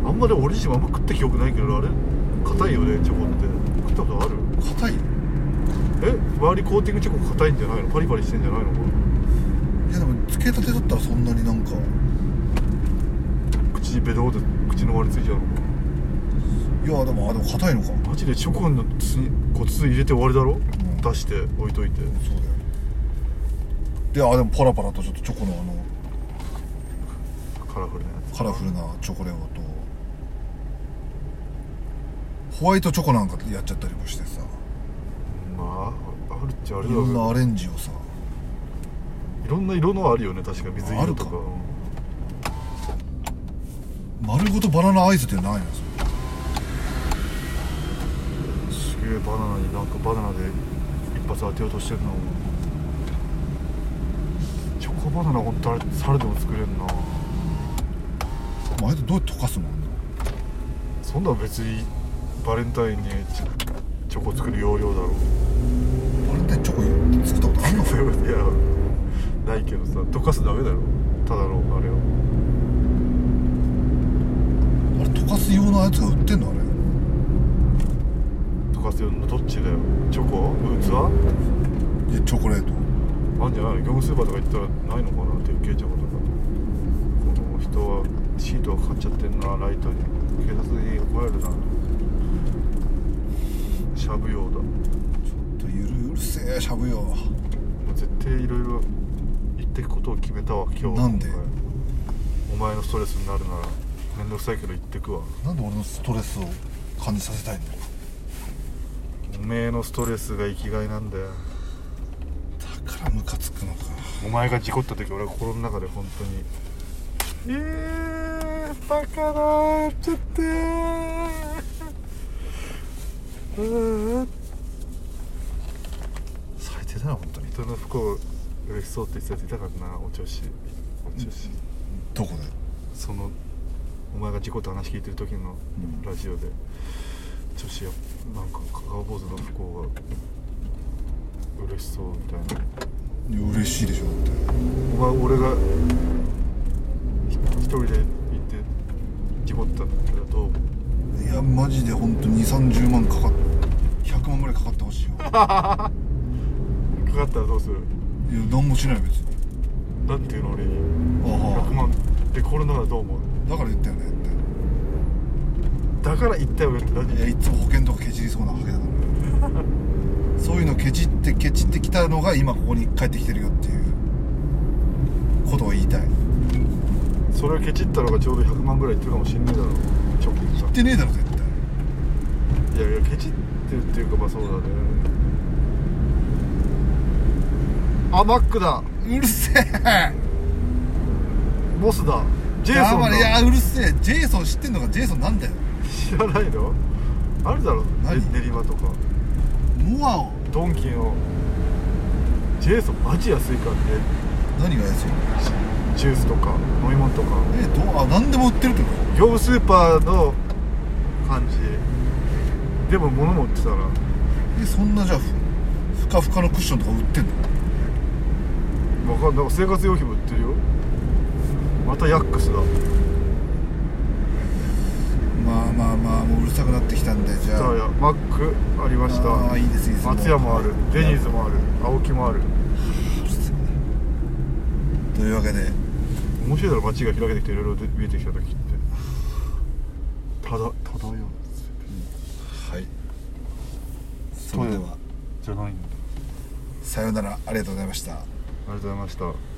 B: あんまりオリジンあんま食った記憶ないけどあれ硬いよねチョコって食ったことある
A: 硬いよ
B: え周りコーティングチョコ硬いんじゃないのパリパリしてんじゃないのこ
A: いやでも漬けたてだったらそんなになんか
B: れ口にベローで口の割りついちゃうの
A: いやでもあでも硬いのか
B: マジでチョコの筒にこう筒入れて終わりだろ、
A: ん
B: 出して置いといて
A: そうだよであでもパラパラとちょっとチョコのあの
B: カラフルなや
A: カラフルなチョコレートとホワイトチョコなんかやっちゃったりもしてさ
B: つまああるっちゃあ
A: い
B: るだろ
A: ろ
B: うんけ
A: な
B: ど
A: アレンジをさ
B: いろんな色のあるよね確か水色とか
A: あるか丸ごとバナナアイスってないのよそれ
B: うんすげえバナナになんかバナナで一発当てようとしてるなチョコバナナほんとあれ猿でも作れんな
A: 前でどうやって溶かすの
B: そんなん別にバレンタインにチチョコ作る要領だろ
A: バレンタインチョコ作ったことあんのかよ
B: ういや ないけどさ溶かすダメだろただのあれを
A: あれ溶かす用のやつが売ってんのあれ
B: 溶かすようなどっちだよチョコ器
A: いやチョコレート
B: あんじゃないの業務スーパーとか行ったらないのかなでっけえチョコとかこの人はシートがかかっちゃってんなライトに警察に怒られるなしゃぶ用だ
A: ち
B: もう
A: ょっとゆるうるせえしゃぶよ
B: 絶対いろいろ言ってくことを決めたわ今日
A: なんで
B: 今回お前のストレスになるなら面倒くさいけど言ってくわ
A: なんで俺のストレスを感じさせたいんだよ
B: おめえのストレスが生きがいなんだよ
A: だからムカつくのか
B: お前が事故った時俺は心の中で本当に「ええー、バカだやっちゃってうーん
A: 最低だな本当に
B: 人の不幸嬉しそうって言ってたやついたからなお調子お調子、
A: どこで
B: そのお前が事故った話聞いてる時の
A: うん
B: ラジオで、女子やなんかカカオ坊主の不幸が嬉しそうみたいない
A: や嬉しいでしょだって
B: お前俺がひ一人で行って事故ったんだけど
A: いやマジで本当に2 3 0万かかっ100万ぐらいかかってほ しいよいや
B: かかったらどうする
A: 何もしないよ別に
B: なんていうの俺に
A: あ
B: 100万でこれならどう思う
A: あだから言ったよねっ
B: だから言ったよねって
A: ていや
B: 何
A: いつも保険とかケチりそうなハゲだから そういうのケチってケチってきたのが今ここに帰ってきてるよっていうことを言いたい言
B: それをケチったのがちょうど100万ぐらいいってるかもしんないだろ貯金
A: ってねえだろ絶対
B: がいやいやケチってるっていうかまあそうだねあマックだ
A: うるせえ
B: ボスだジ
A: ジ
B: ェイソンだ
A: いやうるせえジェイソン知ってんのかジェイソンなんだよ
B: 知らないのあるだろ
A: 何
B: 練馬とか
A: モアを
B: ドンキのジェイソンマジ安いからね
A: 何が安いの
B: ジュースとか飲み物とか
A: えどうあ何でも売ってるってこ
B: 業務スーパーの感じでも物持ってたら
A: とえそんなじゃあふふかふかのクッションとか売ってんの
B: わかんないなんか生活用品も売ってるよまたヤックスだ
A: まあまあまあもううるさくなってきたんでじゃ
B: じゃ
A: あ
B: あやマックありました
A: あーいいですいいです
B: 松屋もあるデニーズもある青木もある
A: というわけで
B: 面白いだろ街が開けてきていろいろ見えてきた時ってただただよ
A: はいそれでは
B: じゃないんだ
A: さようならありがとうございました
B: ありがとうございました